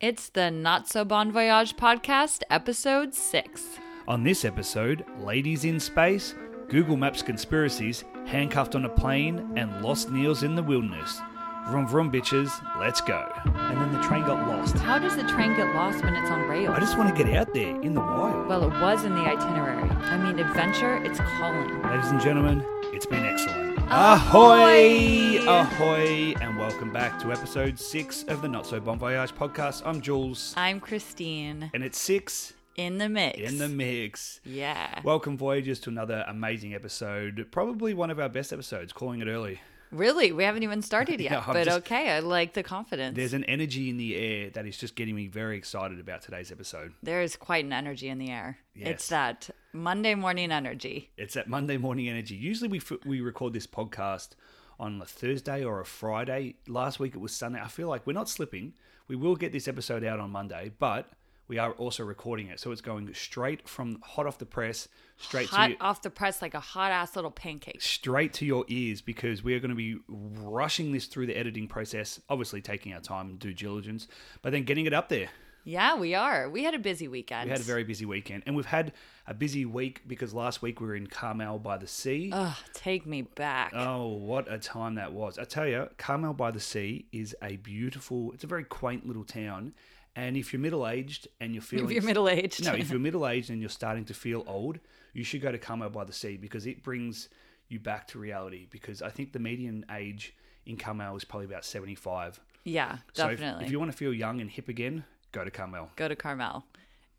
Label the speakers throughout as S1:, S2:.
S1: It's the Not So Bon Voyage podcast, episode six.
S2: On this episode, ladies in space, Google Maps conspiracies, handcuffed on a plane, and lost Neils in the wilderness. Vroom vroom, bitches, let's go. And then the train got lost.
S1: How does the train get lost when it's on rails?
S2: I just want to get out there in the wild.
S1: well, it was in the itinerary. I mean, adventure, it's calling.
S2: Ladies and gentlemen, it's been excellent.
S1: Ahoy!
S2: Ahoy! Ahoy! And welcome back to episode six of the Not So Bon Voyage podcast. I'm Jules,
S1: I'm Christine
S2: and it's six
S1: in the mix.
S2: in the mix.
S1: Yeah.
S2: Welcome, Voyagers, to another amazing episode. Probably one of our best episodes, calling it early.
S1: Really? We haven't even started yet.
S2: Yeah, I'm
S1: but
S2: just-
S1: okay, I like the confidence.
S2: There's an energy in the air that is just getting me very excited about today's episode.
S1: There is quite an energy in the air. It's
S2: Yes.
S1: that Monday morning energy.
S2: It's that Monday morning energy. Usually we f- we record this podcast on a Thursday or a Friday. Last week it was Sunday. I feel like we're not slipping. We will get this episode out on Monday, but we are also recording it, so it's going straight from hot off the press straight
S1: hot
S2: to your,
S1: off the press like a hot ass little pancake.
S2: straight to your ears because we are going to be rushing this through the editing process. Obviously, taking our time and due diligence, but then getting it up there.
S1: Yeah, we are. We had a busy weekend.
S2: We had a very busy weekend, and we've had a busy week because last week we were in Carmel by the Sea.
S1: Ugh, take me back.
S2: Oh, what a time that was! I tell you, Carmel by the Sea is a beautiful. It's a very quaint little town, and if you're middle aged and you're feeling
S1: if you're middle aged.
S2: no, if you're middle aged and you're starting to feel old, you should go to Carmel by the Sea because it brings you back to reality. Because I think the median age in Carmel is probably about seventy five.
S1: yeah,
S2: So
S1: definitely.
S2: if, if you want to feel young and hip again, go to Carmel.
S1: Go to Carmel.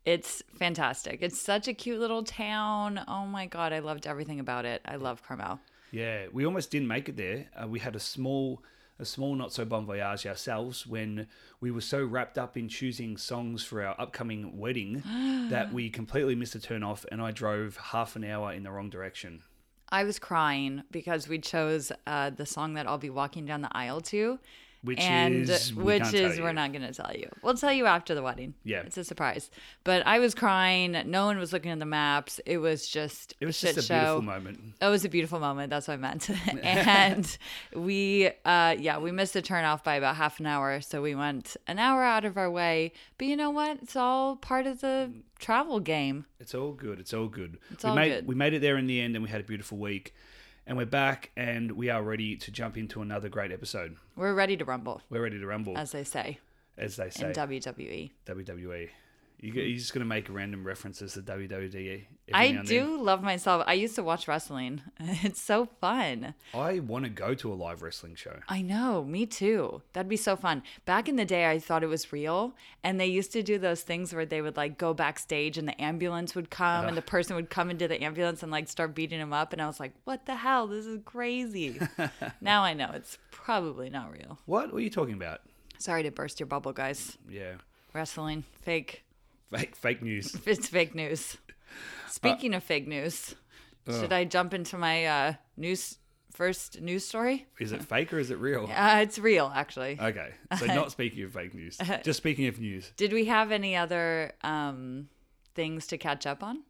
S1: It's fantastic. It's such a cute little town. Oh my God, I loved everything about it. I love Carmel.
S2: Yeah, we almost didn't make it there. Uh, we had a small, a small not so bon voyage ourselves when we were so wrapped up in choosing songs for our upcoming wedding that we completely missed a turn off, and I drove half an hour in the wrong direction.
S1: I was crying because we chose uh, the song that I'll be walking down the aisle to.
S2: Which
S1: and
S2: is we
S1: which
S2: can't
S1: is
S2: tell
S1: we're
S2: you.
S1: not going to tell you. We'll tell you after the wedding.
S2: Yeah.
S1: it's a surprise. But I was crying. No one was looking at the maps. It was just
S2: It was
S1: shit
S2: just a
S1: show.
S2: beautiful moment.
S1: It was a beautiful moment. That's what I meant. and we, uh, yeah, we missed the turn off by about half an hour. So we went an hour out of our way. But you know what? It's all part of the travel game.
S2: It's all good. It's all good.
S1: It's
S2: we
S1: all
S2: made
S1: good.
S2: we made it there in the end, and we had a beautiful week. And we're back, and we are ready to jump into another great episode.
S1: We're ready to rumble,
S2: We're ready to rumble, as,
S1: as they say
S2: they
S1: in E.
S2: say.
S1: WWE.
S2: WWE. You, go- you're just going to make random references to WWE. every
S1: I
S2: now and
S1: do love myself. I used to watch wrestling. It's so fun.
S2: then. I want to go to a live wrestling show.
S1: I know, me too. That'd be so fun. Back in the day, I thought it was real, and they used to do those things where they would like go backstage and the ambulance would come and the person would come into the ambulance and like start beating him up. And I was like, what the hell? This is crazy. now I know it's probably not real.
S2: What? What are you talking about?
S1: Sorry to burst your bubble, guys.
S2: Yeah,
S1: Wrestling, fake.
S2: fake fake news.
S1: It's fake news. Speaking of fake news, should I jump into my uh, news first news story?
S2: Is it fake or is it real?
S1: Uh, it's real, actually.
S2: Okay, so not speaking of fake news, just speaking of news.
S1: Did we have any other um, things to catch up on?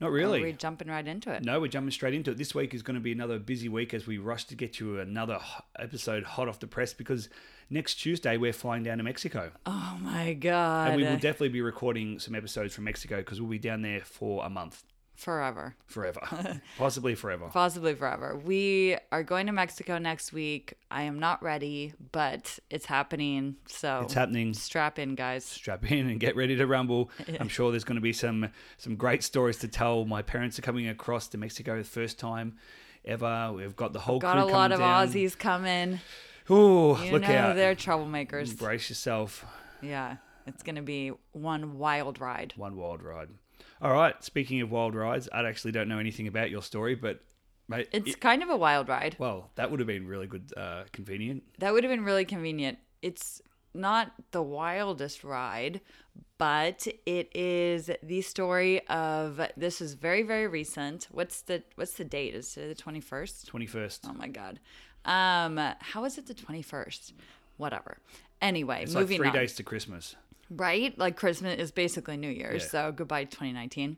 S2: Not
S1: Or
S2: really.
S1: We're jumping right into it.
S2: No, we're jumping straight into it. This week is going to be another busy week as we rush to get you another h- episode hot off the press because next Tuesday we're flying down to Mexico.
S1: Oh my god!
S2: and we will definitely be recording some episodes from Mexico because we'll be down there for a month,
S1: forever,
S2: forever, possibly forever.
S1: possibly forever. We are going to Mexico next week. I am not ready, but it's happening. So
S2: It's happening.
S1: strap in, guys.
S2: Strap in and get ready to rumble. I'm sure there's going to be some some great stories to tell. My parents are coming across to Mexico the first time ever. We've got the whole
S1: Got
S2: crew
S1: a lot of
S2: coming down.
S1: Aussies coming.
S2: Ooh,
S1: You
S2: look
S1: know
S2: out!
S1: they're troublemakers.
S2: Brace yourself.
S1: Yeah, it's gonna be one wild ride.
S2: One wild ride. All right. Speaking of wild rides, I actually don't know anything about your story, but mate,
S1: It's
S2: it-
S1: kind of a wild ride.
S2: well, that would have been really good, uh, convenient.
S1: That would have been really convenient. It's not the wildest ride, but it is the story of this is very very recent. What's the what's the date? Is it the twenty first?
S2: Twenty first.
S1: Oh my god. Um, how is it the twenty first? Whatever. Anyway,
S2: It's like
S1: moving
S2: three
S1: on.
S2: days to Christmas.
S1: Right? Like Christmas is basically New Year's.
S2: Yeah.
S1: So goodbye 2019.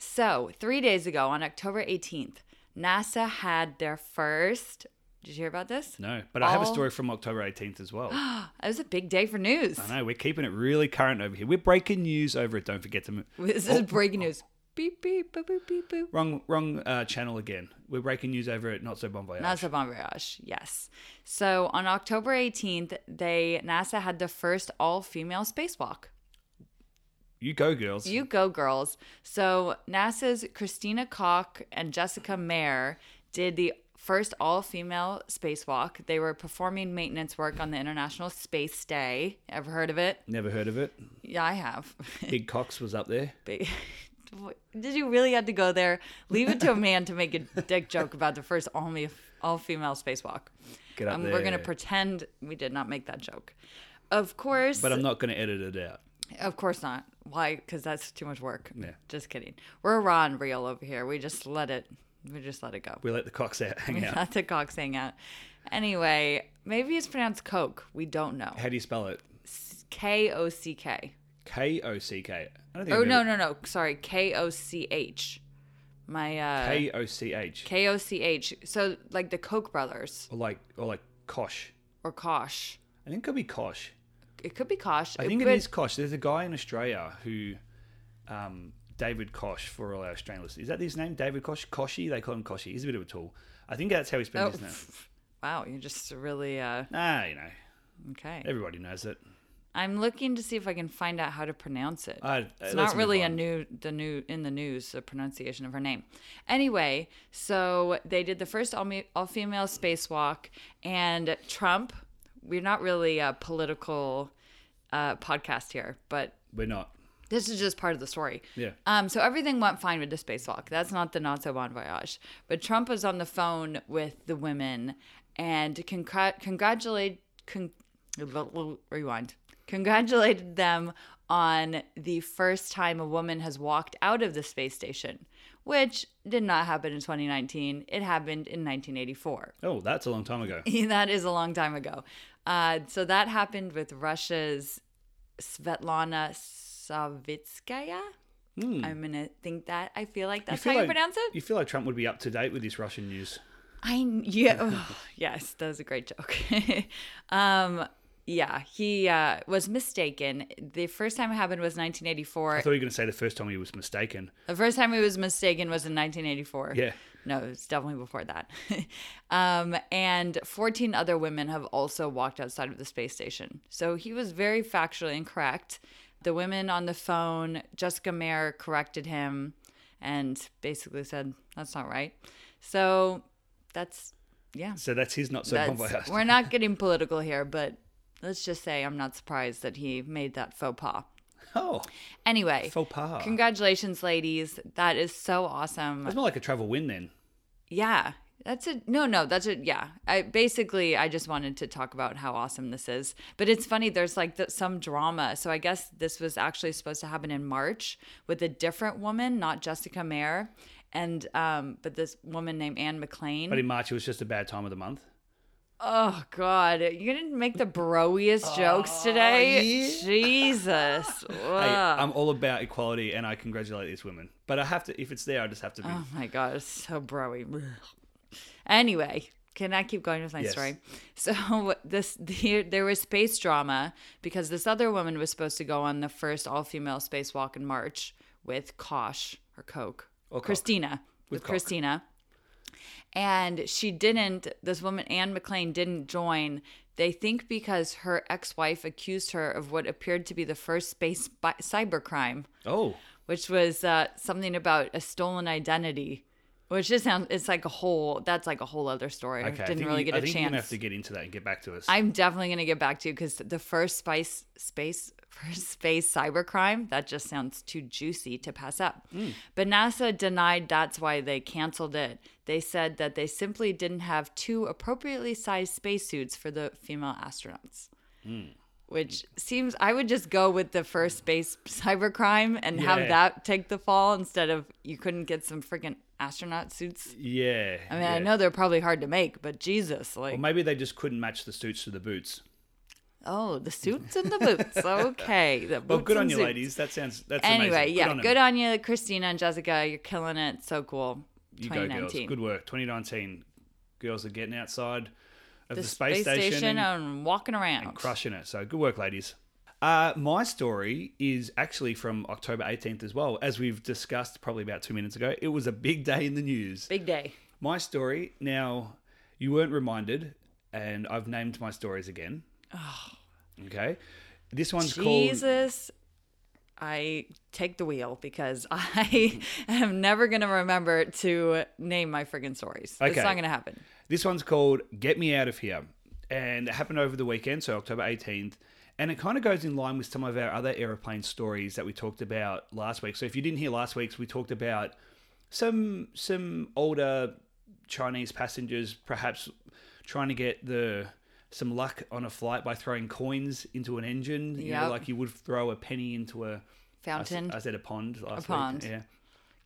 S1: So, three days ago on October 18th, NASA had their first Did you hear about this?
S2: No, but I have a
S1: All-
S2: story from October 18th as well. I
S1: That was a big day for news.
S2: know we're keeping it really current over here. We're breaking news over it. Don't forget to mo-
S1: This is breaking news. Beep, beep, boop, boop, beep, boop.
S2: wrong wrong uh, channel again. We're breaking news over at Not So Bon Voyage.
S1: NASA Bon Voyage, yes. So on October 18th, they NASA had the first all-female spacewalk.
S2: you go, girls.
S1: You go, girls. So NASA's Christina Koch and Jessica Mayer did the first all female spacewalk. They were performing maintenance work on the International Space Day. Ever heard of it?
S2: Never heard of it.
S1: Yeah, I have.
S2: Big Cox was up there.
S1: But- did you really have to go there? Leave it to a man to make a dick joke about the first all me all female spacewalk.
S2: Get up
S1: and we're gonna
S2: there.
S1: pretend we did not make that joke. Of course.
S2: But um, I'm not going to edit it out.
S1: Of course not. Why? Because that's too much work.
S2: Yeah.
S1: Just kidding. We're raw and real over here. We just let it. We just let it go.
S2: We let the Cox out hang out.
S1: Not the cock saying out. Anyway, maybe it's pronounced Coke. We don't know.
S2: How do you spell it?
S1: K O C K.
S2: K O C K. I don't think.
S1: Oh
S2: I've
S1: no
S2: ever-
S1: no no. Sorry, K O C H. My uh,
S2: K O C H.
S1: K O C H. So like the Koch brothers
S2: Or like or like Kosh.
S1: or Kosh.
S2: I think it could be Kosh.
S1: It could be Kosh.
S2: I think it
S1: but-
S2: is Kosh. There's a guy in Australia who, um, David Kosh for all our Australian listeners. Is that his name? David Kosh? Koshy? They call him Koshy. He's a bit of a tool. I think that's how he spells
S1: Oh,
S2: his name.
S1: wow, you're just really uh,
S2: Nah, you know,
S1: okay.
S2: everybody knows it.
S1: I'm looking to see if I can find out how to pronounce it.
S2: Uh,
S1: it's
S2: uh, let's
S1: not
S2: move
S1: really a
S2: on.
S1: new the new in the news the pronunciation of her name. Anyway, so they did the first all, me- all female spacewalk, and Trump. We're not really a political uh, podcast here, but
S2: We're not.
S1: this is just part of the story.
S2: Yeah.
S1: Um, so everything went fine with the spacewalk. That's not the not so bon voyage. But Trump was on the phone with the women and congr- congratulate con- rewind congratulated them on the first time a woman has walked out of the space station, which did not happen in 2019. It happened in 1984.
S2: Oh, that's a long time ago.
S1: that is a long time ago. Uh, so that happened with Russia's Svetlana Savitskaya. I'm gonna think that I feel like that's
S2: Hmm. feel
S1: how you
S2: like-
S1: pronounce it.
S2: You feel like Trump would be up to date with this Russian news.
S1: I kn- yeah ugh, yes, that was a great joke. um, yeah, he uh, was mistaken. The first time it happened was 1984.
S2: I thought you were going to say the first time he was mistaken.
S1: The first time he was mistaken was in 1984.
S2: Yeah.
S1: No, it's definitely before that. um, and 14 other women have also walked outside of the space station. So he was very factually incorrect. The women on the phone, Jessica Mayer corrected him and basically said, that's not right. So that's, yeah.
S2: So that's his not so bon
S1: That's,
S2: voyage.
S1: we're not getting political here, but let's just say I'm not surprised that he made that faux pas.
S2: Oh,
S1: Anyway,
S2: faux pas.
S1: congratulations, ladies. That is so awesome.
S2: It's more like a travel win then.
S1: Yeah. That's a no, no. That's a yeah. I basically I just wanted to talk about how awesome this is, but it's funny. There's like the, some drama, so I guess this was actually supposed to happen in March with a different woman, not Jessica Mayer, and um, but this woman named Anne McLean.
S2: But in March, it was just a bad time of the month.
S1: oh God, you didn't make the broiest jokes today,
S2: yeah.
S1: Jesus!
S2: Hey,
S1: Ugh.
S2: I'm all about equality, and I congratulate these women. But I have to, if it's there, I just have to be.
S1: Oh my god, it's so broy. Anyway, can I keep going with my
S2: Yes.
S1: story? So this the, there was space drama because this other woman was supposed to go on the first all-female spacewalk in March with Kosh or Coke
S2: Or Oh, Koch.
S1: Christina with,
S2: Koch.
S1: Christina, and she didn't. This woman Anne McLean didn't join. They think because her ex-wife accused her of what appeared to be the first space bi- cybercrime
S2: oh,
S1: which was uh, something about a stolen identity, which just sounds it's like a whole that's like a whole other story.
S2: okay.
S1: I
S2: I
S1: didn't
S2: think
S1: really
S2: you-
S1: get
S2: I
S1: a
S2: think You're gonna have
S1: chance.
S2: to get into that and get back to us.
S1: I'm definitely gonna get back to you because the first spice space first space cybercrime that just sounds too juicy to pass up.
S2: Mm.
S1: But NASA denied that's why they canceled it. They said that they simply didn't have two appropriately sized spacesuits for the female astronauts.
S2: Mm.
S1: Which seems I would just go with the first space cybercrime and have
S2: Yeah.
S1: that take the fall instead of you couldn't get some freaking astronaut suits.
S2: yeah.
S1: I mean, I know they're probably hard to make, but Jesus, like
S2: Or maybe they just couldn't match the suits to the boots.
S1: Oh, the suits and the boots. Okay. The
S2: Well,
S1: boots
S2: good on
S1: and
S2: you,
S1: suits.
S2: ladies. That sounds that's
S1: Anyway,
S2: amazing.
S1: yeah,
S2: on 'em.
S1: good on you, Christina and Jessica. You're killing it. So cool.
S2: You go, girls.
S1: 2019.
S2: Good work. 2019. Girls are getting outside of the,
S1: the
S2: space, station, and,
S1: and walking around.
S2: crushing it. So good work, ladies. Uh, my story is actually from October 18th as well. As we've discussed probably about two minutes ago, it was a big day in the news.
S1: Big day.
S2: My story, now, you weren't reminded, and I've named my stories again. Oh. Okay. This one's called.
S1: Jesus, I take the wheel because I am never going to remember to name my friggin' stories. It's
S2: Okay.
S1: not going to happen.
S2: This one's called Get Me Out of Here. And it happened over the weekend, so October 18th. And it kind of goes in line with some of our other aeroplane stories that we talked about last week. So if you didn't hear last week's, we talked about some some older Chinese passengers perhaps trying to get the some luck on a flight by throwing coins into an engine, you know,
S1: Yep.
S2: like you would throw a penny into a I s-
S1: Fountain.
S2: I said a pond last
S1: pond.
S2: week. Yeah.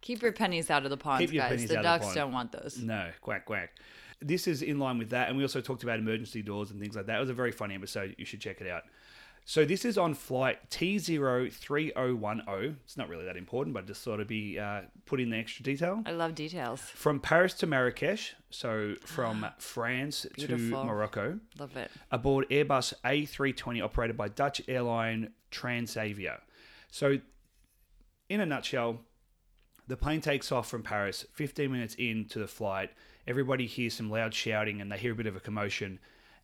S1: Keep your pennies out of the pond,
S2: Keep your
S1: guys.
S2: pennies
S1: The
S2: out of the
S1: ducks
S2: pond.
S1: don't want those.
S2: No, quack quack. This is in line with that, and we also talked about emergency doors and things like that. It was a very funny episode. You should check it out. So this is on flight T03010. It's not really that important, but I just thought it'd be uh, put in the extra detail.
S1: I love details.
S2: From Paris to Marrakesh, so from France
S1: Beautiful.
S2: to Morocco,
S1: Love it.
S2: aboard Airbus A320 operated by Dutch airline Transavia. So, in a nutshell, the plane takes off from Paris. 15 minutes into the flight, everybody hears some loud shouting and they hear a bit of a commotion.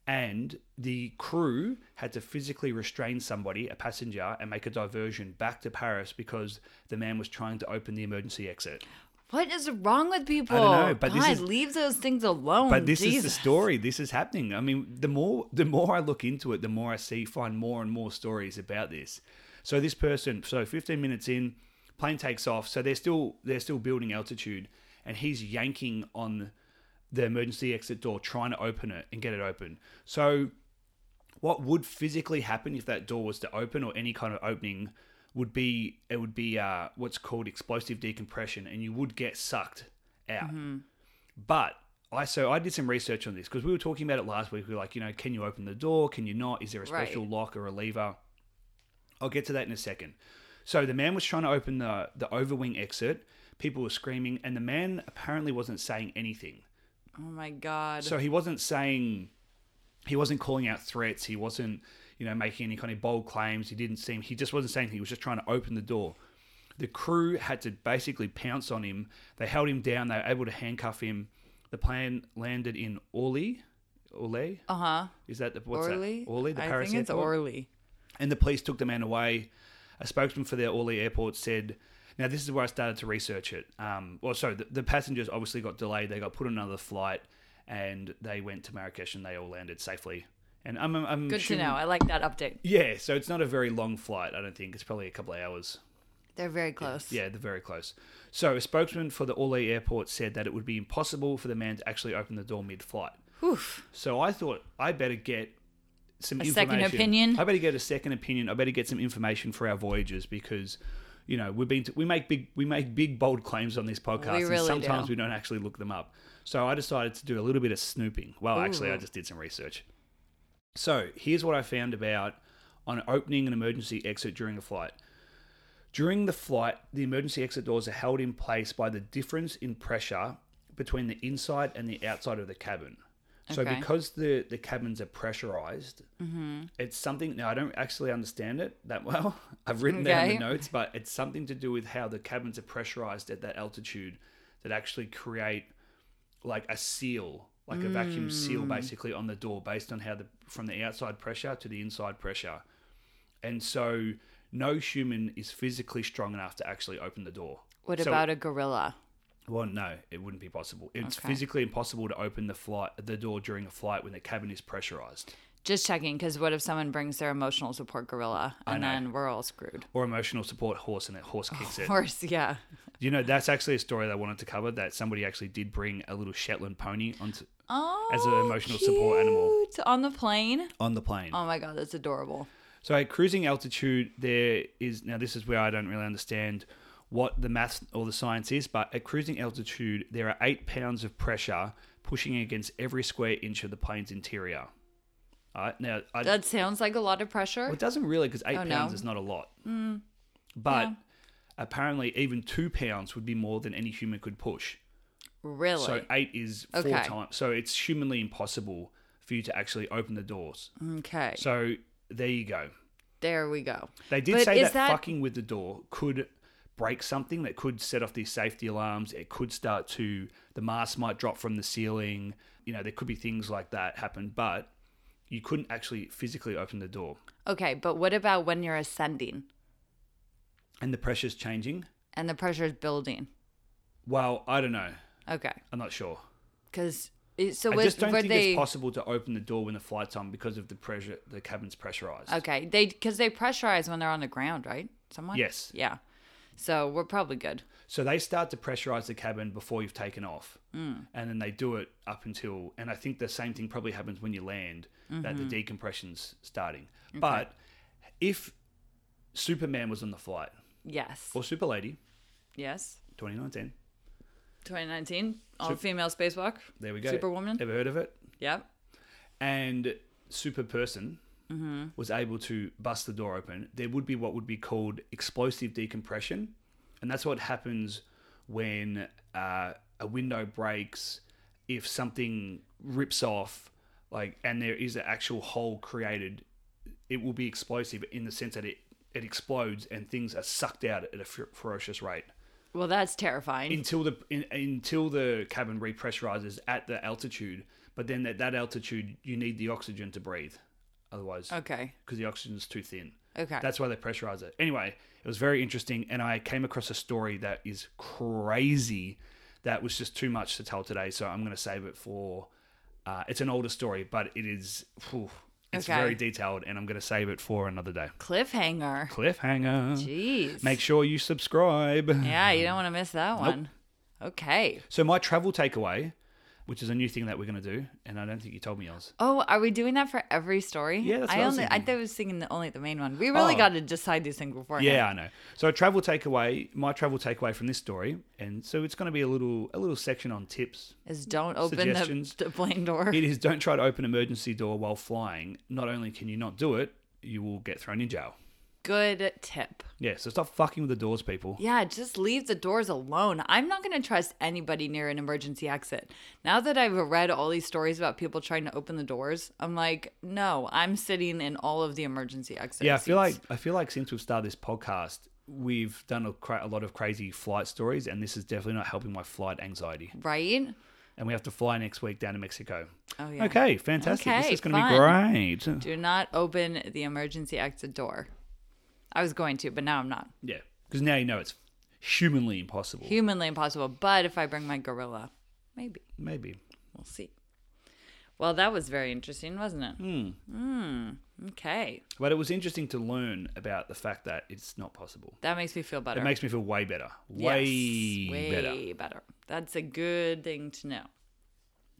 S2: And the crew had to physically restrain somebody, a passenger, and make a diversion back to Paris because the man was trying to open the emergency exit.
S1: What is wrong with people?
S2: know, but this
S1: God,
S2: is-
S1: leave those things alone.
S2: But this is the
S1: Jesus.
S2: story. This is happening. I mean, the more the more I look into it, the more I see find more and more stories about this. So this person, so 15 minutes in, plane takes off. So they're still they're still building altitude, and he's yanking on the emergency exit door, trying to open it and get it open. So what would physically happen if that door was to open or any kind of opening would be it would be uh, what's called explosive decompression, and you would get sucked out. But I so I did some research on this because we were talking about it last week. We were like, you know, can you open the door? Can you not? Is there a special
S1: Right.
S2: lock or a lever? I'll get to that in a second. So the man was trying to open the the overwing exit. People were screaming, and the man apparently wasn't saying anything.
S1: Oh my God.
S2: So he wasn't saying, he wasn't calling out threats. He wasn't, you know, making any kind of bold claims. He didn't seem, he just wasn't saying anything. He was just trying to open the door. The crew had to basically pounce on him. They held him down. They were able to handcuff him. The plane landed in Orly. Orly?
S1: uh huh.
S2: Is that the, what's
S1: Orly?
S2: that? Orly, the
S1: I
S2: Paris
S1: think it's
S2: airport?
S1: Orly.
S2: and the police took the man away. A spokesman for the Orly airport said, now this is where I started to research it. Um, well, so the, the passengers obviously got delayed. They got put on another flight and they went to Marrakesh and they all landed safely. And I'm, I'm, I'm
S1: Good
S2: assuming-
S1: to know. I like that update.
S2: Yeah, so it's not a very long flight, I don't think. It's probably a couple of hours.
S1: They're very close.
S2: Yeah, they're very close. So a spokesman for the Orly airport said that it would be impossible for the man to actually open the door mid-flight.
S1: Whew.
S2: So I thought I better get some
S1: A second
S2: information.
S1: opinion?
S2: I better get a second opinion. I better get some information for our voyages because, you know, we've been we make big we make big bold claims on this podcast,
S1: We
S2: and
S1: really
S2: sometimes
S1: do.
S2: we don't actually look them up. So I decided to do a little bit of snooping. Well, actually, I
S1: Ooh.
S2: just did some research. So here's what I found about on opening an emergency exit during a flight. During the flight, the emergency exit doors are held in place by the difference in pressure between the inside and the outside of the cabin. So
S1: Okay. Mm-hmm.
S2: because the, the cabins are pressurized, it's something. Now I don't actually understand it that well. I've written down the
S1: Okay.
S2: notes, but it's something to do with how the cabins are pressurized at that altitude that actually create like a seal, like a vacuum seal,
S1: Mm.
S2: basically on the door, based on how the from the outside pressure to the inside pressure. And so no human is physically strong enough to actually open the door.
S1: What
S2: So-
S1: about a gorilla?
S2: Well, no, it wouldn't be possible. It's
S1: Okay.
S2: physically impossible to open the flight the door during a flight when the cabin is pressurized
S1: Just checking, because what if someone brings their emotional support gorilla and
S2: know.
S1: then we're all screwed?
S2: or emotional support horse and it horse kicks
S1: Of
S2: it.
S1: course, yeah.
S2: You know, that's actually a story that I wanted to cover that somebody actually did bring a little Shetland pony onto
S1: Oh,
S2: As an emotional support animal.
S1: cute. on the plane.
S2: on the plane.
S1: Oh my god, that's adorable.
S2: So at cruising altitude, there is now this is where I don't really understand what the maths or the science is, but at cruising altitude, there are eight pounds of pressure pushing against every square inch of the plane's interior. All right, now I, well,
S1: That sounds like a lot of pressure.
S2: it doesn't really because eight
S1: Oh, no. Mm.
S2: pounds is not a lot, but apparently even two pounds would be more than any human could push.
S1: Really?
S2: So eight is four
S1: Okay.
S2: times. So it's humanly impossible for you to actually open the doors.
S1: Mm. okay.
S2: So there you go.
S1: there we go.
S2: They did
S1: But
S2: say
S1: is
S2: that, fucking with the door could break something that could set off these safety alarms. It could start to the mask might drop from the ceiling. You know, there could be things like that happen, but you couldn't actually physically open the door.
S1: Okay, but what about when you're ascending
S2: And the pressure's changing.
S1: and the pressure is building?
S2: Well, I don't know.
S1: Okay.
S2: I'm not sure.
S1: Because so
S2: I
S1: was,
S2: just don't
S1: were
S2: think
S1: they
S2: it's possible to open the door when the flight's on because of the pressure. The cabin's pressurized.
S1: okay? They because they pressurize when they're on the ground, right? Someone.
S2: Yes.
S1: Yeah. So we're probably good.
S2: So they start to pressurize the cabin before you've taken off.
S1: Hmm.
S2: And then they do it up until, and I think the same thing probably happens when you land, that
S1: Mm-hmm.
S2: the decompression's starting. But if Superman was on the flight,
S1: Yes.
S2: or Super Lady,
S1: Yes.
S2: 2019,
S1: 2019 all female spacewalk.
S2: there we go.
S1: Superwoman.
S2: Ever heard of it?
S1: Yep.
S2: And Super Person was able to bust the door open, there would be what would be called explosive decompression. And that's what happens when uh, a window breaks, if something rips off, like, and there is an actual hole created, it will be explosive in the sense that it, it explodes and things are sucked out at a fer- ferocious rate
S1: Well, that's terrifying.
S2: until the in, until the cabin repressurizes at the altitude. But then at that altitude, you need the oxygen to breathe, otherwise, because
S1: okay.
S2: the oxygen's too thin.
S1: Okay.
S2: That's why they pressurize it. Anyway, it was very interesting, and I came across a story that is crazy. That was just too much to tell today, so I'm going to save it for. Uh, it's an older story, but it is. phew, it's
S1: Okay.
S2: very detailed, and I'm going to save it for another day.
S1: cliffhanger.
S2: Cliffhanger.
S1: Jeez.
S2: Make sure you subscribe.
S1: yeah, you don't want to miss that one. Okay.
S2: So my travel takeaway, which is a new thing that we're going to do, and I don't think you told me yours.
S1: Oh, are we doing that for every story?
S2: Yeah, that's
S1: I
S2: what I was
S1: only I
S2: thinking.
S1: thought I was singing the, only the main one. We really
S2: Oh.
S1: got to decide these things beforehand.
S2: Yeah, I know. So a travel takeaway, my travel takeaway from this story, and so it's going to be a little a little section on tips.
S1: Is don't open the,
S2: Suggestions.
S1: the plane door.
S2: It is don't try to open emergency door while flying. Not only can you not do it, you will get thrown in jail.
S1: Good tip.
S2: Yeah, so stop fucking with the doors, people.
S1: Yeah, just leave the doors alone. I'm not going to trust anybody near an emergency exit. Now that I've read all these stories about people trying to open the doors, I'm like, no, I'm sitting in all of the emergency exits.
S2: Yeah, I feel like I feel like since we've started this podcast, we've done a, cra- a lot of crazy flight stories, and this is definitely not helping my flight anxiety.
S1: right?
S2: And we have to fly next week down to Mexico.
S1: Oh yeah.
S2: Okay, fantastic.
S1: Okay,
S2: this is going to be
S1: fun.
S2: great.
S1: Do not open the emergency exit door. I was going to, but now I'm not.
S2: Yeah, because now you know it's humanly impossible.
S1: Humanly impossible. But if I bring my gorilla, maybe.
S2: Maybe.
S1: We'll see. Well, that was very interesting, wasn't it? Hmm. Okay.
S2: But it was interesting to learn about the fact that it's not possible.
S1: That makes me feel better.
S2: It makes me feel way better. Way,
S1: Yes,
S2: better.
S1: Way better. That's a good thing to know.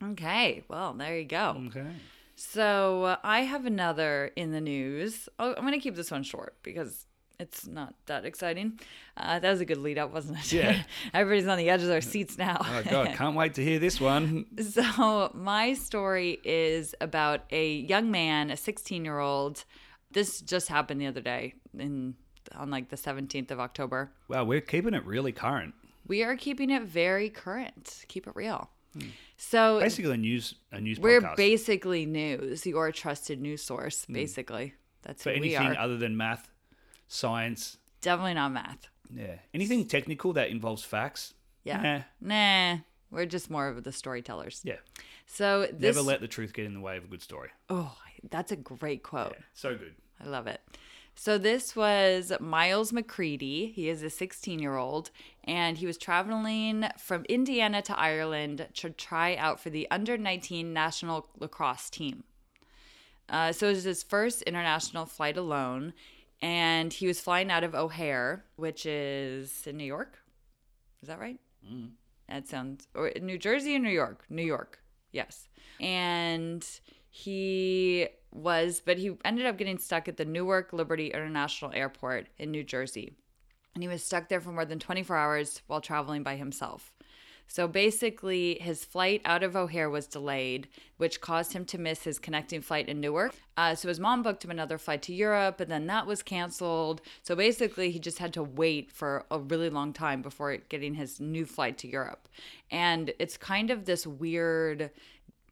S1: Okay, well, there you go.
S2: Okay.
S1: So uh, I have another in the news. Oh, I'm going to keep this one short because it's not that exciting. Uh, that was a good lead up, wasn't it?
S2: Yeah.
S1: Everybody's on the edge of their seats now.
S2: Oh, God, can't wait to hear this one.
S1: So, my story is about a young man, a 16 year old. This just happened the other day in, on like the 17th of October.
S2: Wow, we're keeping it really current.
S1: We are keeping it very current. Keep it real.
S2: Hmm.
S1: So,
S2: Basically, a news a news
S1: we're
S2: podcast.
S1: basically news, your trusted news source, basically. That's
S2: For
S1: who we
S2: anything
S1: are.
S2: other than math, science,
S1: Definitely not math.
S2: yeah, anything technical that involves facts.
S1: Yeah.
S2: Nah.
S1: Nah. We're just more of the storytellers.
S2: Yeah.
S1: So, this.
S2: Never let the truth get in the way of a good story.
S1: oh, that's a great quote.
S2: Yeah, so good.
S1: I love it. So this was Miles McCready. He is a 16 year old, and he was traveling from Indiana to Ireland to try out for the under 19 national lacrosse team. Uh, so it was his first international flight alone, and he was flying out of O'Hare, which is in New York. Is that right? That sounds or New Jersey or New York? New York. Yes. And he was but he ended up getting stuck at the Newark Liberty International Airport in New Jersey. And he was stuck there for more than 24 hours while traveling by himself. So basically, his flight out of O'Hare was delayed, which caused him to miss his connecting flight in Newark. Uh, so his mom booked him another flight to Europe, and then that was canceled. So basically, he just had to wait for a really long time before getting his new flight to Europe. And it's kind of this weird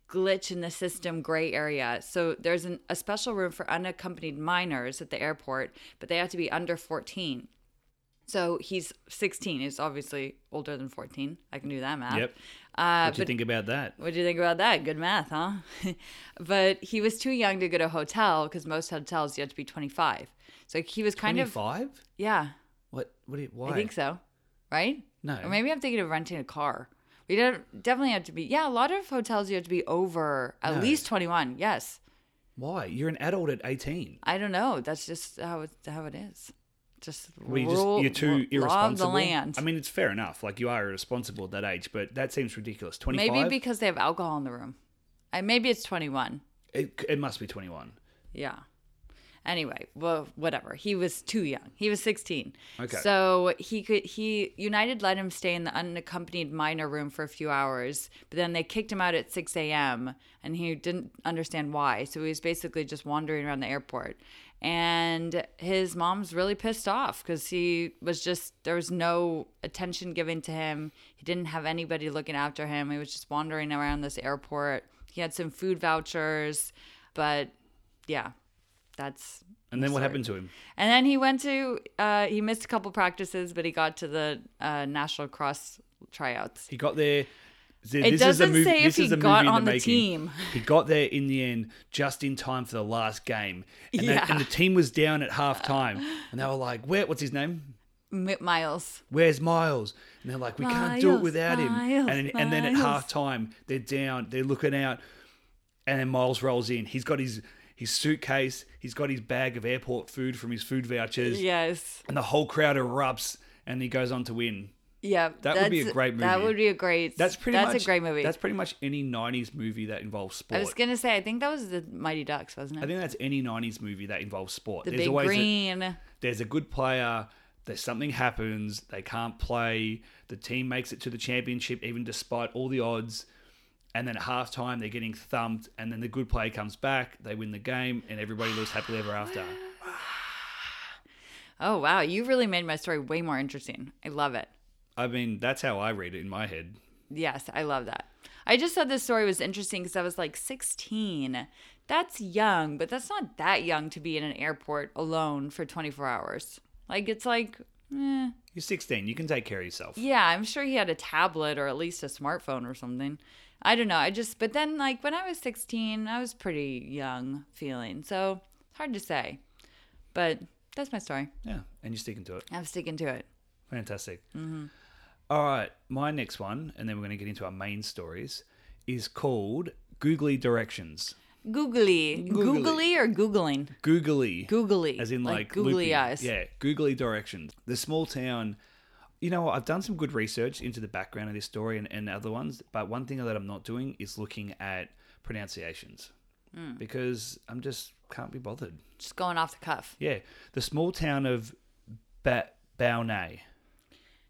S1: glitch in the system gray area. So there's an, a special room for unaccompanied minors at the airport, but they have to be under 14. So he's 16. He's obviously older than 14. I can do that math.
S2: Yep.
S1: Uh,
S2: What do you
S1: but
S2: think about that?
S1: what do you think about that? Good math, huh? but he was too young to go to a hotel because most hotels you have to be 25. So he was kind of,
S2: 25?
S1: yeah,
S2: What? What? do you- Why?
S1: I think so, right?
S2: No.
S1: Or maybe I'm thinking of renting a car. We don't, definitely have to be, yeah, a lot of hotels you have to be over at
S2: No.
S1: least 21. Yes.
S2: Why? You're an adult at 18.
S1: I don't know. That's just how it how it is. Just
S2: Well, you just,
S1: rule-
S2: you're too
S1: law of
S2: irresponsible.
S1: the land.
S2: I mean, it's fair enough. Like you are irresponsible at that age, but that seems ridiculous. 25?
S1: maybe because they have alcohol in the room. I maybe it's twenty one.
S2: it, it must be 21.
S1: Yeah. Anyway, well, whatever. He was too young. He was 16.
S2: Okay.
S1: So he could he United let him stay in the unaccompanied minor room for a few hours, but then they kicked him out at 6 a.m. and he didn't understand why. So he was basically just wandering around the airport, and his mom's really pissed off because he was just there was no attention given to him. He didn't have anybody looking after him. He was just wandering around this airport. He had some food vouchers, but yeah, that's.
S2: And then what
S1: Sorry.
S2: happened to him?
S1: And then he went to. Uh, he missed a couple practices, but he got to the uh, national cross tryouts.
S2: He got there. th-
S1: It
S2: this is a
S1: doesn't
S2: movie,
S1: say
S2: this
S1: if
S2: is
S1: he
S2: a
S1: got
S2: movie in
S1: on the
S2: making.
S1: team.
S2: He got there in the end, just in time for the last game, and, they-
S1: Yeah.
S2: and the team was down at half time, and they were like, "Where? What's his name?
S1: M- Miles,
S2: Where's Miles?" And they're like, "We can't do it
S1: Miles,
S2: without him."
S1: Miles,
S2: And then, and then at
S1: Miles.
S2: half time, they're down, they're looking out, and then Miles rolls in. He's got his his suitcase, he's got his bag of airport food from his food vouchers,
S1: yes,
S2: and the whole crowd erupts, and he goes on to win.
S1: yeah.
S2: That would be
S1: that's-
S2: a great
S1: That
S2: movie.
S1: would be a great.
S2: That's pretty.
S1: That's
S2: much,
S1: a great movie.
S2: That's pretty much any '90s movie that involves sport.
S1: I was gonna say. I think that was the Mighty Ducks, wasn't it?
S2: I think that's any '90s movie that involves sport.
S1: the
S2: there's
S1: Big
S2: always A,
S1: Green.
S2: there's a good player. There's something happens. They can't play. The team makes it to the championship, even despite all the odds. And then at halftime, they're getting thumped. And then the good player comes back. They win the game, and everybody lives happily ever after.
S1: oh wow, you really made my story way more interesting. I love it.
S2: I mean, that's how I read it in my head.
S1: Yes, I love that. I just thought this story was interesting because I was like 16. That's young, but that's not that young to be in an airport alone for 24 hours. Like, it's like, eh.
S2: You're 16. You can take care of yourself.
S1: yeah, I'm sure he had a tablet or at least a smartphone or something. I don't know. I just, but then, like, when I was 16, I was pretty young feeling. So, it's hard to say. But that's my story.
S2: Yeah, and you're sticking to it.
S1: I'm sticking to it.
S2: Fantastic. All right, my next one, and then we're going to get into our main stories, is called Googly Directions.
S1: Googly.
S2: Googly.
S1: Googly, or Googling?
S2: Googly.
S1: Googly.
S2: As in like,
S1: googly
S2: loopy.
S1: eyes.
S2: Yeah, googly directions. The small town. You know, I've done some good research into the background of this story and, and other ones, but one thing that I'm not doing is looking at pronunciations
S1: Hmm.
S2: because I'm just can't be bothered.
S1: Just going off the cuff.
S2: Yeah, the small town of ba- Baunay.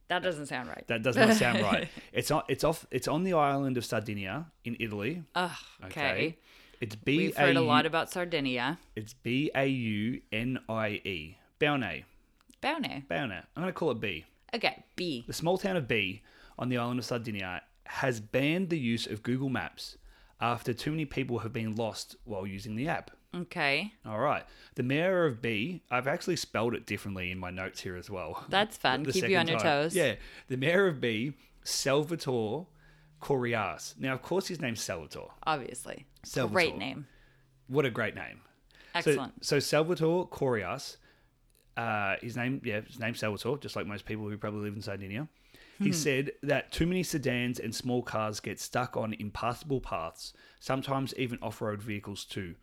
S1: That doesn't sound right.
S2: That does not sound right. It's on. It's off. It's on the island of Sardinia in Italy.
S1: Ugh, okay.
S2: It's
S1: We've
S2: B A
S1: heard a lot
S2: U.
S1: about Sardinia.
S2: It's B A U N I E. Baunay.
S1: Bone.
S2: Baunay. I'm going to call it B.
S1: Okay, B.
S2: The small town of B on the island of Sardinia has banned the use of Google Maps after too many people have been lost while using the app.
S1: Okay,
S2: All right. The mayor of B, I've actually spelled it differently in my notes here as well.
S1: that's fun.
S2: the
S1: Keep you on
S2: second
S1: your
S2: time.
S1: toes.
S2: Yeah. The mayor of B, Salvatore Correas. Now, of course, his name's Salvatore.
S1: obviously.
S2: Salvatore.
S1: Great name.
S2: What a great name. So-
S1: Excellent.
S2: So, Salvatore Correas, uh, his name, yeah, his name's Salvatore, just like most people who probably live in Sardinia.
S1: Hmm.
S2: He said that too many sedans and small cars get stuck on impassable paths, sometimes even off road vehicles too.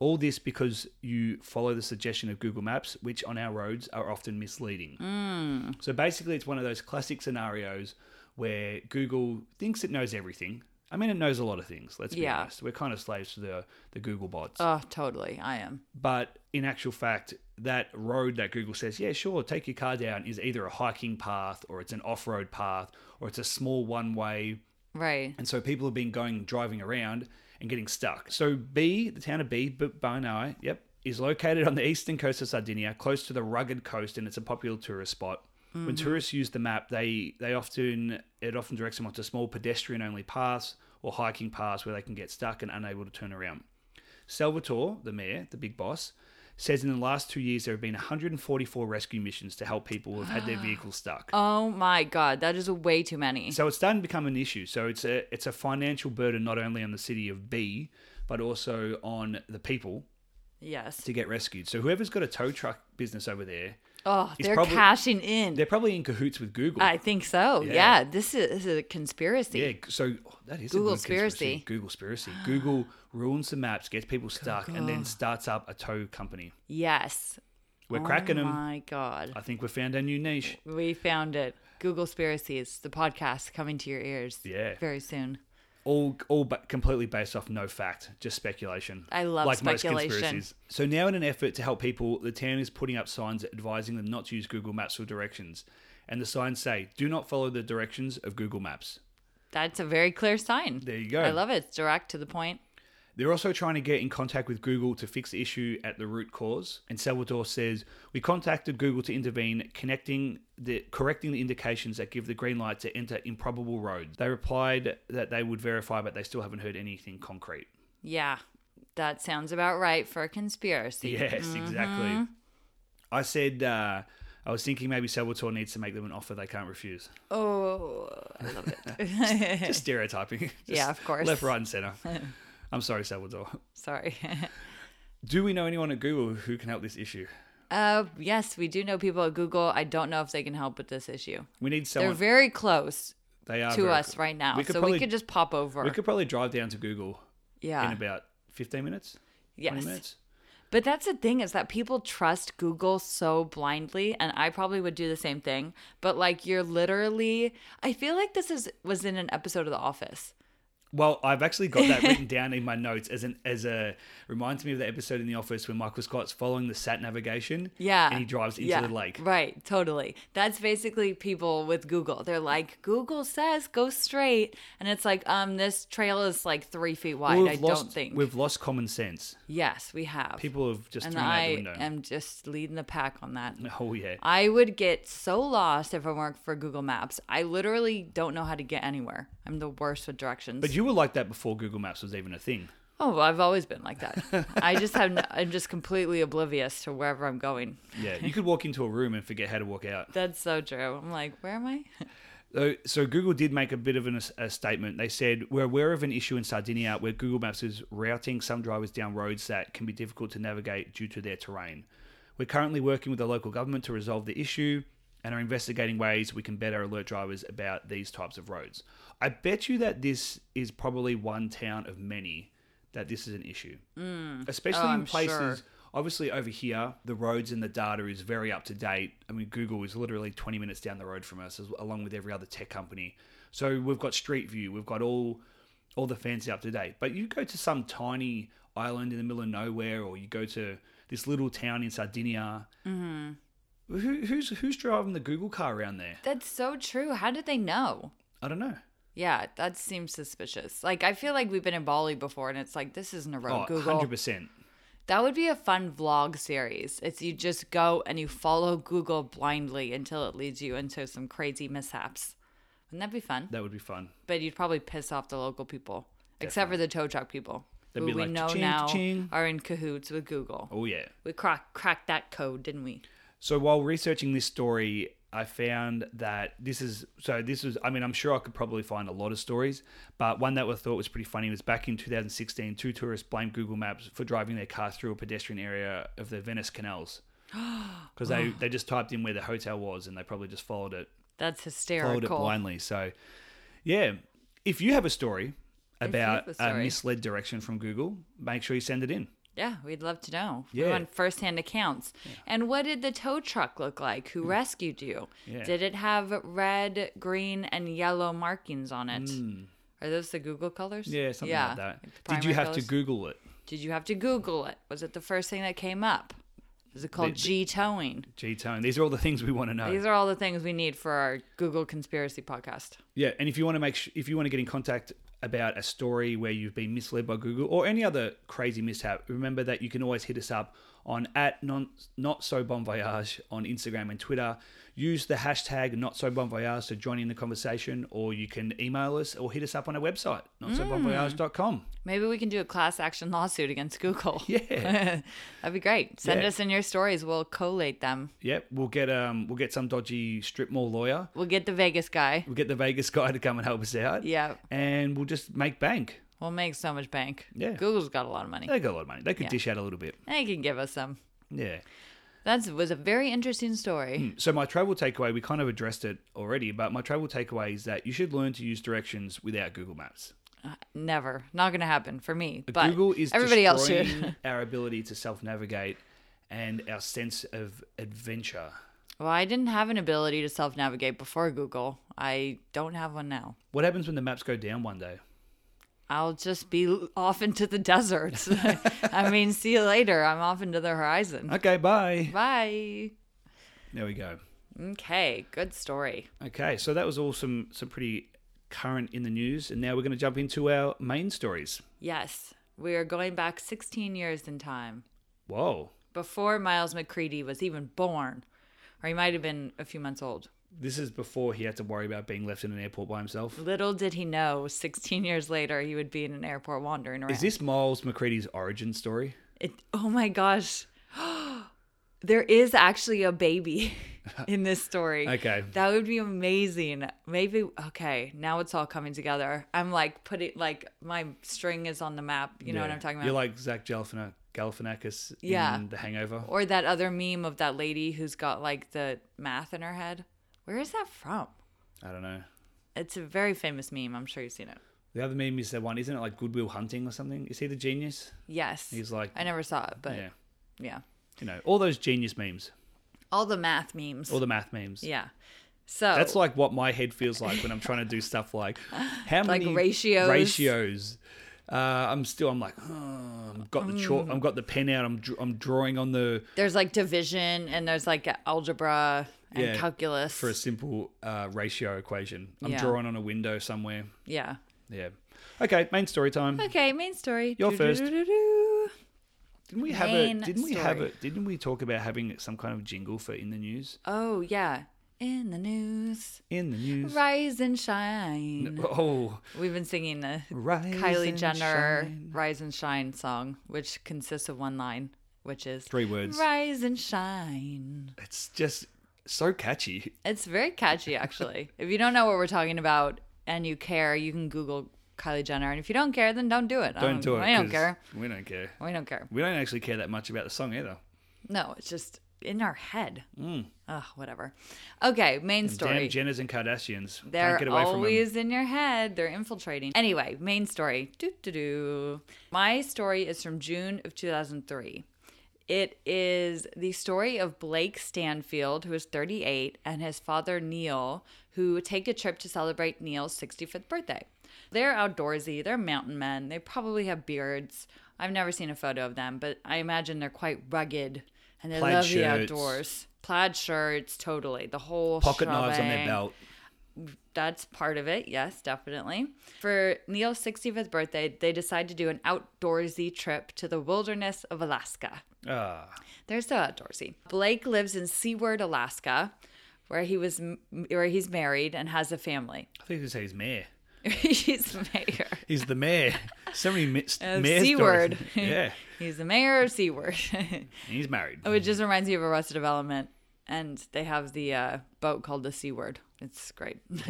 S2: All this because you follow the suggestion of Google Maps, which on our roads are often misleading.
S1: Hmm.
S2: So basically, it's one of those classic scenarios where Google thinks it knows everything. I mean, it knows a lot of things, let's be
S1: Yeah.
S2: honest. We're kind of slaves to the, the Google bots
S1: oh, totally. I am.
S2: but in actual fact, that road that Google says, yeah, sure, take your car down, is either a hiking path or it's an off road path or it's a small one way.
S1: Right.
S2: And so people have been going, driving around and getting stuck. So B, the town of B, B- Bonai, yep, is located on the eastern coast of Sardinia, close to the rugged coast, and it's a popular tourist spot. When tourists use the map, they they often it often directs them onto small pedestrian only paths or hiking paths where they can get stuck and unable to turn around. Salvatore, the mayor, the big boss, says in the last two years there have been 144 rescue missions to help people who have had their vehicles stuck.
S1: Oh my God, that is way too many.
S2: So it's starting to become an issue. So it's a it's a financial burden not only on the city of B, but also on the people
S1: Yes.
S2: to get rescued. So whoever's got a tow truck business over there,
S1: Oh,
S2: It's
S1: they're
S2: probably-
S1: cashing in.
S2: they're probably in cahoots with Google.
S1: I think so. Yeah.
S2: Yeah.
S1: This is, this is a conspiracy.
S2: yeah, so oh, that is
S1: Google
S2: a good conspiracy.
S1: spiracy.
S2: Google conspiracy. Google ruins the maps, gets people stuck, and then starts up a tow company.
S1: Yes.
S2: We're
S1: Oh
S2: cracking 'em. cracking them.
S1: my God.
S2: I think we found our new niche.
S1: We found it. Google Spiracies, the podcast coming to your ears.
S2: Yeah.
S1: Very soon.
S2: all all ba- completely based off no fact, just speculation.
S1: I love speculation.
S2: So now, in an effort to help people, the town is putting up signs advising them not to use Google Maps for directions, and the signs say, "Do not follow the directions of Google Maps."
S1: That's a very clear sign.
S2: There you go.
S1: I love it. It's direct to the point.
S2: They're also trying to get in contact with Google to fix the issue at the root cause. And Salvador says, "We contacted Google to intervene, connecting the correcting the indications that give the green light to enter improbable roads." They replied that they would verify, but they still haven't heard anything concrete.
S1: Yeah. That sounds about right for a conspiracy.
S2: Yes,
S1: Mm-hmm.
S2: exactly. I said uh, I was thinking maybe Salvatore needs to make them an offer they can't refuse.
S1: Oh, I love it.
S2: Just stereotyping. Just
S1: Yeah, of course.
S2: Left, right, and center. I'm sorry, Salvatore.
S1: Sorry.
S2: Do we know anyone at Google who can help this issue?
S1: Uh, yes, we do know people at Google. I don't know if they can help with this issue.
S2: We need
S1: They're
S2: someone.
S1: very close
S2: they are
S1: to
S2: very
S1: us
S2: cool.
S1: right now,
S2: We could
S1: so
S2: probably-
S1: we could just pop over.
S2: We could probably drive down to Google
S1: yeah.
S2: in about 15 minutes. 20
S1: Yes.
S2: minutes.
S1: But that's the thing is that people trust Google so blindly and I probably would do the same thing. But like you're literally I feel like this is was in an episode of The Office.
S2: Well, I've actually got that written down in my notes as an as a reminds me of the episode in The Office when Michael Scott's following the sat navigation.
S1: Yeah.
S2: and he drives into
S1: Yeah.
S2: the lake.
S1: Right, totally. That's basically people with Google. They're like, Google says go straight and it's like, um, this trail is like three feet wide.
S2: We've
S1: I
S2: lost,
S1: don't think
S2: we've lost common sense.
S1: Yes, we have.
S2: People have just
S1: and
S2: thrown out the
S1: I
S2: window.
S1: am just leading the pack on that.
S2: oh yeah.
S1: I would get so lost if I weren't for Google Maps. I literally don't know how to get anywhere. I'm the worst with directions.
S2: But you were like that before Google Maps was even a thing.
S1: oh, well, I've always been like that. I just have. No, I'm just completely oblivious to wherever I'm going.
S2: Yeah, you could walk into a room and forget how to walk out.
S1: That's so true. I'm like, where am I?
S2: So, so Google did make a bit of an, a statement. They said we're aware of an issue in Sardinia where Google Maps is routing some drivers down roads that can be difficult to navigate due to their terrain. We're currently working with the local government to resolve the issue and are investigating ways we can better alert drivers about these types of roads. I bet you that this is probably one town of many that this is an issue, especially
S1: Oh,
S2: in
S1: I'm
S2: places.
S1: sure.
S2: Obviously, over here, the roads and the data is very up to date. I mean, Google is literally 20 minutes down the road from us, as- along with every other tech company. So we've got Street View, we've got all all the fancy up to date. But you go to some tiny island in the middle of nowhere, or you go to this little town in Sardinia. Mm-hmm. Who, who's who's driving the Google car around there?
S1: That's so true. How did they know?
S2: I don't know.
S1: Yeah, that seems suspicious. Like I feel like we've been in Bali before, and it's like this isn't a road.
S2: Oh,
S1: Google.
S2: 100%.
S1: That would be a fun vlog series. It's you just go and you follow Google blindly until it leads you into some crazy mishaps. Wouldn't that be fun?
S2: That would be fun.
S1: But you'd probably piss off the local people, except for the tow truck people,
S2: They'd
S1: who
S2: be
S1: we
S2: like,
S1: know
S2: "Cha-ching,
S1: now
S2: cha-ching."
S1: are in cahoots with Google.
S2: Oh, yeah.
S1: We crack, cracked that code, didn't we?
S2: So while researching this story, I found that this is so this was I mean I'm sure I could probably find a lot of stories, but one that I thought was pretty funny was back in 2016, two tourists blamed Google Maps for driving their car through a pedestrian area of the Venice canals. Because they, they just typed in where the hotel was and they probably just followed it
S1: That's
S2: followed it
S1: hysterical.
S2: blindly. So yeah. If you have a story about
S1: a
S2: a,
S1: story.
S2: misled direction from Google, make sure you send it in.
S1: Yeah, we'd love to know. We
S2: Yeah.
S1: want firsthand accounts. And what did the tow truck look like? Who rescued you?
S2: Hmm. Yeah.
S1: Did it have red, green, and yellow markings on it? Are those the Google colors?
S2: Hmm. Yeah, something like that.
S1: the
S2: Did you
S1: primary
S2: have
S1: colors.
S2: to Google it?
S1: Did you have to Google it? Was it the first thing that came up? Is it called
S2: The- the-
S1: G towing?
S2: G tone. These are all the things we want to know.
S1: These are all the things we need for our Google conspiracy podcast.
S2: Yeah, and if you want to make sh- if you want to get in contact about a story where you've been misled by Google or any other crazy mishap, remember that you can always hit us up on at non not so bon voyage on Instagram and Twitter. Use the hashtag not so bon voyage to join in the conversation, or you can email us or hit us up on our website not so bon voyage.com.
S1: Maybe we can do a class action lawsuit against Google.
S2: Yeah.
S1: That'd be great. Send
S2: Yeah.
S1: us in your stories. We'll collate them.
S2: Yep, we'll get um we'll get some dodgy strip mall lawyer.
S1: We'll get the Vegas guy.
S2: We'll get the Vegas guy to come and help us out.
S1: Yeah.
S2: and we'll just make bank.
S1: We'll make so much bank.
S2: Yeah.
S1: Google's got a lot of money.
S2: They got a lot of money. They could dish out a little bit.
S1: They can give us some.
S2: Yeah.
S1: That was a very interesting story.
S2: So my travel takeaway, we kind of addressed it already, but my travel takeaway is that you should learn to use directions without Google Maps.
S1: Uh, Never. Not going to happen for me. But
S2: Hmm. Google is
S1: everybody else
S2: destroying
S1: should.
S2: our ability to self-navigate and our sense of adventure.
S1: well, I didn't have an ability to self navigate before Google. I don't have one now.
S2: What happens when the maps go down one day?
S1: I'll just be off into the deserts. I mean, see you later. I'm off into the horizon.
S2: Okay, bye.
S1: Bye.
S2: There we go.
S1: Okay, good story.
S2: Okay, so that was all some some pretty current in the news, and now we're going to jump into our main stories.
S1: Yes, we are going back 16 years in time
S2: Whoa,
S1: before Miles McCready was even born, or he might have been a few months old.
S2: this is before he had to worry about being left in an airport by himself.
S1: Little did he know, 16 years later, he would be in an airport wandering around.
S2: Is this Miles McCready's origin story?
S1: It, oh my gosh. there is actually a baby in this story.
S2: Okay.
S1: That would be amazing. Maybe okay, now it's all coming together. I'm like putting like my string is on the map, you know what
S2: Yeah.
S1: I'm talking about?
S2: You're like Zach Galifianak- Galifianakis
S1: Yeah.
S2: in The Hangover.
S1: Or that other meme of that lady who's got like the math in her head. Where is that from?
S2: I don't know.
S1: It's a very famous meme. I'm sure you've seen it.
S2: The other meme is the one, isn't it like Goodwill Hunting or something? Is he the genius?
S1: Yes.
S2: He's like,
S1: I never saw it, but yeah.
S2: yeah, you know, all those genius memes,
S1: All the math memes.
S2: all the math memes.
S1: yeah. So
S2: That's like what my head feels like when I'm trying to do stuff like how
S1: Like
S2: many
S1: ratios.
S2: Ratios. Uh, I'm still. I'm like, oh, I've got the
S1: Mm.
S2: chalk. I've got the pen out. I'm dr- I'm drawing on the
S1: there's like division and there's like algebra and
S2: Yeah,
S1: calculus.
S2: for a simple uh, ratio equation. I'm
S1: Yeah.
S2: drawing on a window somewhere.
S1: yeah.
S2: Yeah. Okay. Main story time.
S1: Okay, main story.
S2: You're first.
S1: Do-do-do-do-do.
S2: Didn't we have
S1: Main
S2: it? Didn't we have
S1: story.
S2: it? Didn't we talk about having some kind of jingle for in the news?
S1: Oh yeah. In the news.
S2: In the news.
S1: Rise and shine.
S2: Oh,
S1: We've been singing the
S2: Rise
S1: Kylie
S2: and
S1: Jenner
S2: shine.
S1: Rise and Shine song, which consists of one line, which is
S2: Three words.
S1: Rise and Shine.
S2: It's just so catchy.
S1: It's very catchy, actually. if you don't know what we're talking about and you care, you can Google Kylie Jenner. And if you don't care, then don't do it. I
S2: Don't do it.
S1: Um, I don't
S2: 'cause
S1: care.
S2: We don't care.
S1: We don't care.
S2: We don't actually care that much about the song either.
S1: No, it's just in our head.
S2: Mm.
S1: Ugh, whatever. Okay, main story.
S2: Damn Jenners and Kardashians.
S1: They're
S2: Can't get away
S1: always in your head. They're infiltrating. Anyway, main story. Doo, doo, doo. My story is from June of 2003. It is the story of Blake Stanfield, who is 38, and his father Neil, who take a trip to celebrate Neil's 65th birthday. They're outdoorsy, they're mountain men, they probably have beards. I've never seen a photo of them, but I imagine they're quite rugged and they
S2: Plaid
S1: love the
S2: shirts.
S1: outdoors. Plaid shirts, totally. The whole
S2: from them. Pocket knives on their
S1: shebang
S2: belt.
S1: that's part of it. Yes, definitely. For Neil's 65th birthday, they decide to do an outdoorsy trip to the wilderness of Alaska.
S2: Ah,
S1: They're so outdoorsy. Blake lives in Seaward, Alaska, where he was m- where he's married and has a family.
S2: I think you say he's mayor.
S1: he's the mayor.
S2: He's the mayor. So many mi-
S1: Uh,
S2: mayor
S1: Seaward.
S2: stories. Yeah,
S1: He's the mayor of Seaward.
S2: and he's married.
S1: Which just reminds me of Arrested Development. And they have the uh, boat called the Sea Word. It's great.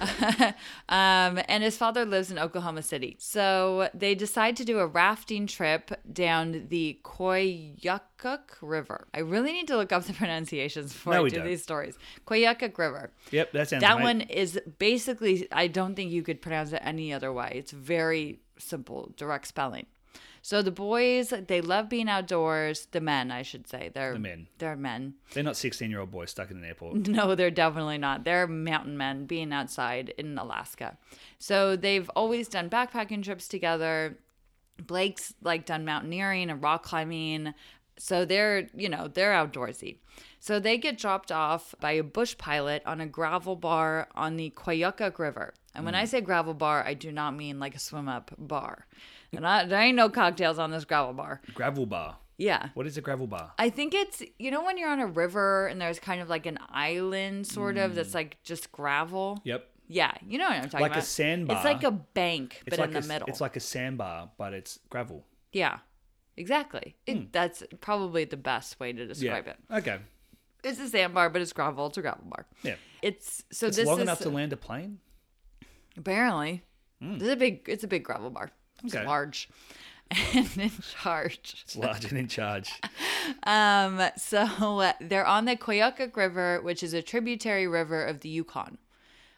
S1: um, and his father lives in Oklahoma City. So they decide to do a rafting trip down the Koyukuk River. I really need to look up the pronunciations before
S2: No,
S1: I
S2: we
S1: do
S2: don't.
S1: these stories. Koyukuk River.
S2: Yep, that sounds.
S1: That
S2: ama-
S1: one is basically, I don't think you could pronounce it any other way. It's very simple, direct spelling. So the boys, they love being outdoors. The men, I should say. They're
S2: men.
S1: They're men.
S2: They're not sixteen-year-old boys stuck in an airport.
S1: No, they're definitely not. They're mountain men being outside in Alaska. So they've always done backpacking trips together. Blake's like done mountaineering and rock climbing. So they're, you know, they're outdoorsy. So they get dropped off by a bush pilot on a gravel bar on the Koyukuk River. And when I say gravel bar, I do not mean like a swim up bar. They're not- there ain't no cocktails on this gravel bar.
S2: Gravel bar.
S1: Yeah.
S2: What is a gravel bar?
S1: I think it's you know when you're on a river and there's kind of like an island sort of that's like just gravel.
S2: Yep.
S1: Yeah, you know what I'm talking
S2: Mm. Like a
S1: about.
S2: sandbar.
S1: It's like a bank,
S2: It's
S1: but
S2: like
S1: in
S2: a,
S1: the
S2: s-
S1: middle.
S2: It's like a sandbar, but it's gravel.
S1: yeah, exactly. It, That's probably the best way to
S2: Hmm. Yeah.
S1: describe it.
S2: Okay.
S1: It's a sandbar, but it's gravel. It's a gravel bar.
S2: Yeah.
S1: It's so
S2: It's
S1: this
S2: long
S1: is
S2: enough to land a plane.
S1: apparently. It's a big. It's a big gravel bar. It's
S2: Okay.
S1: large, and in charge.
S2: It's large and in charge.
S1: Um, so uh, they're on the Koyukuk River, which is a tributary river of the Yukon.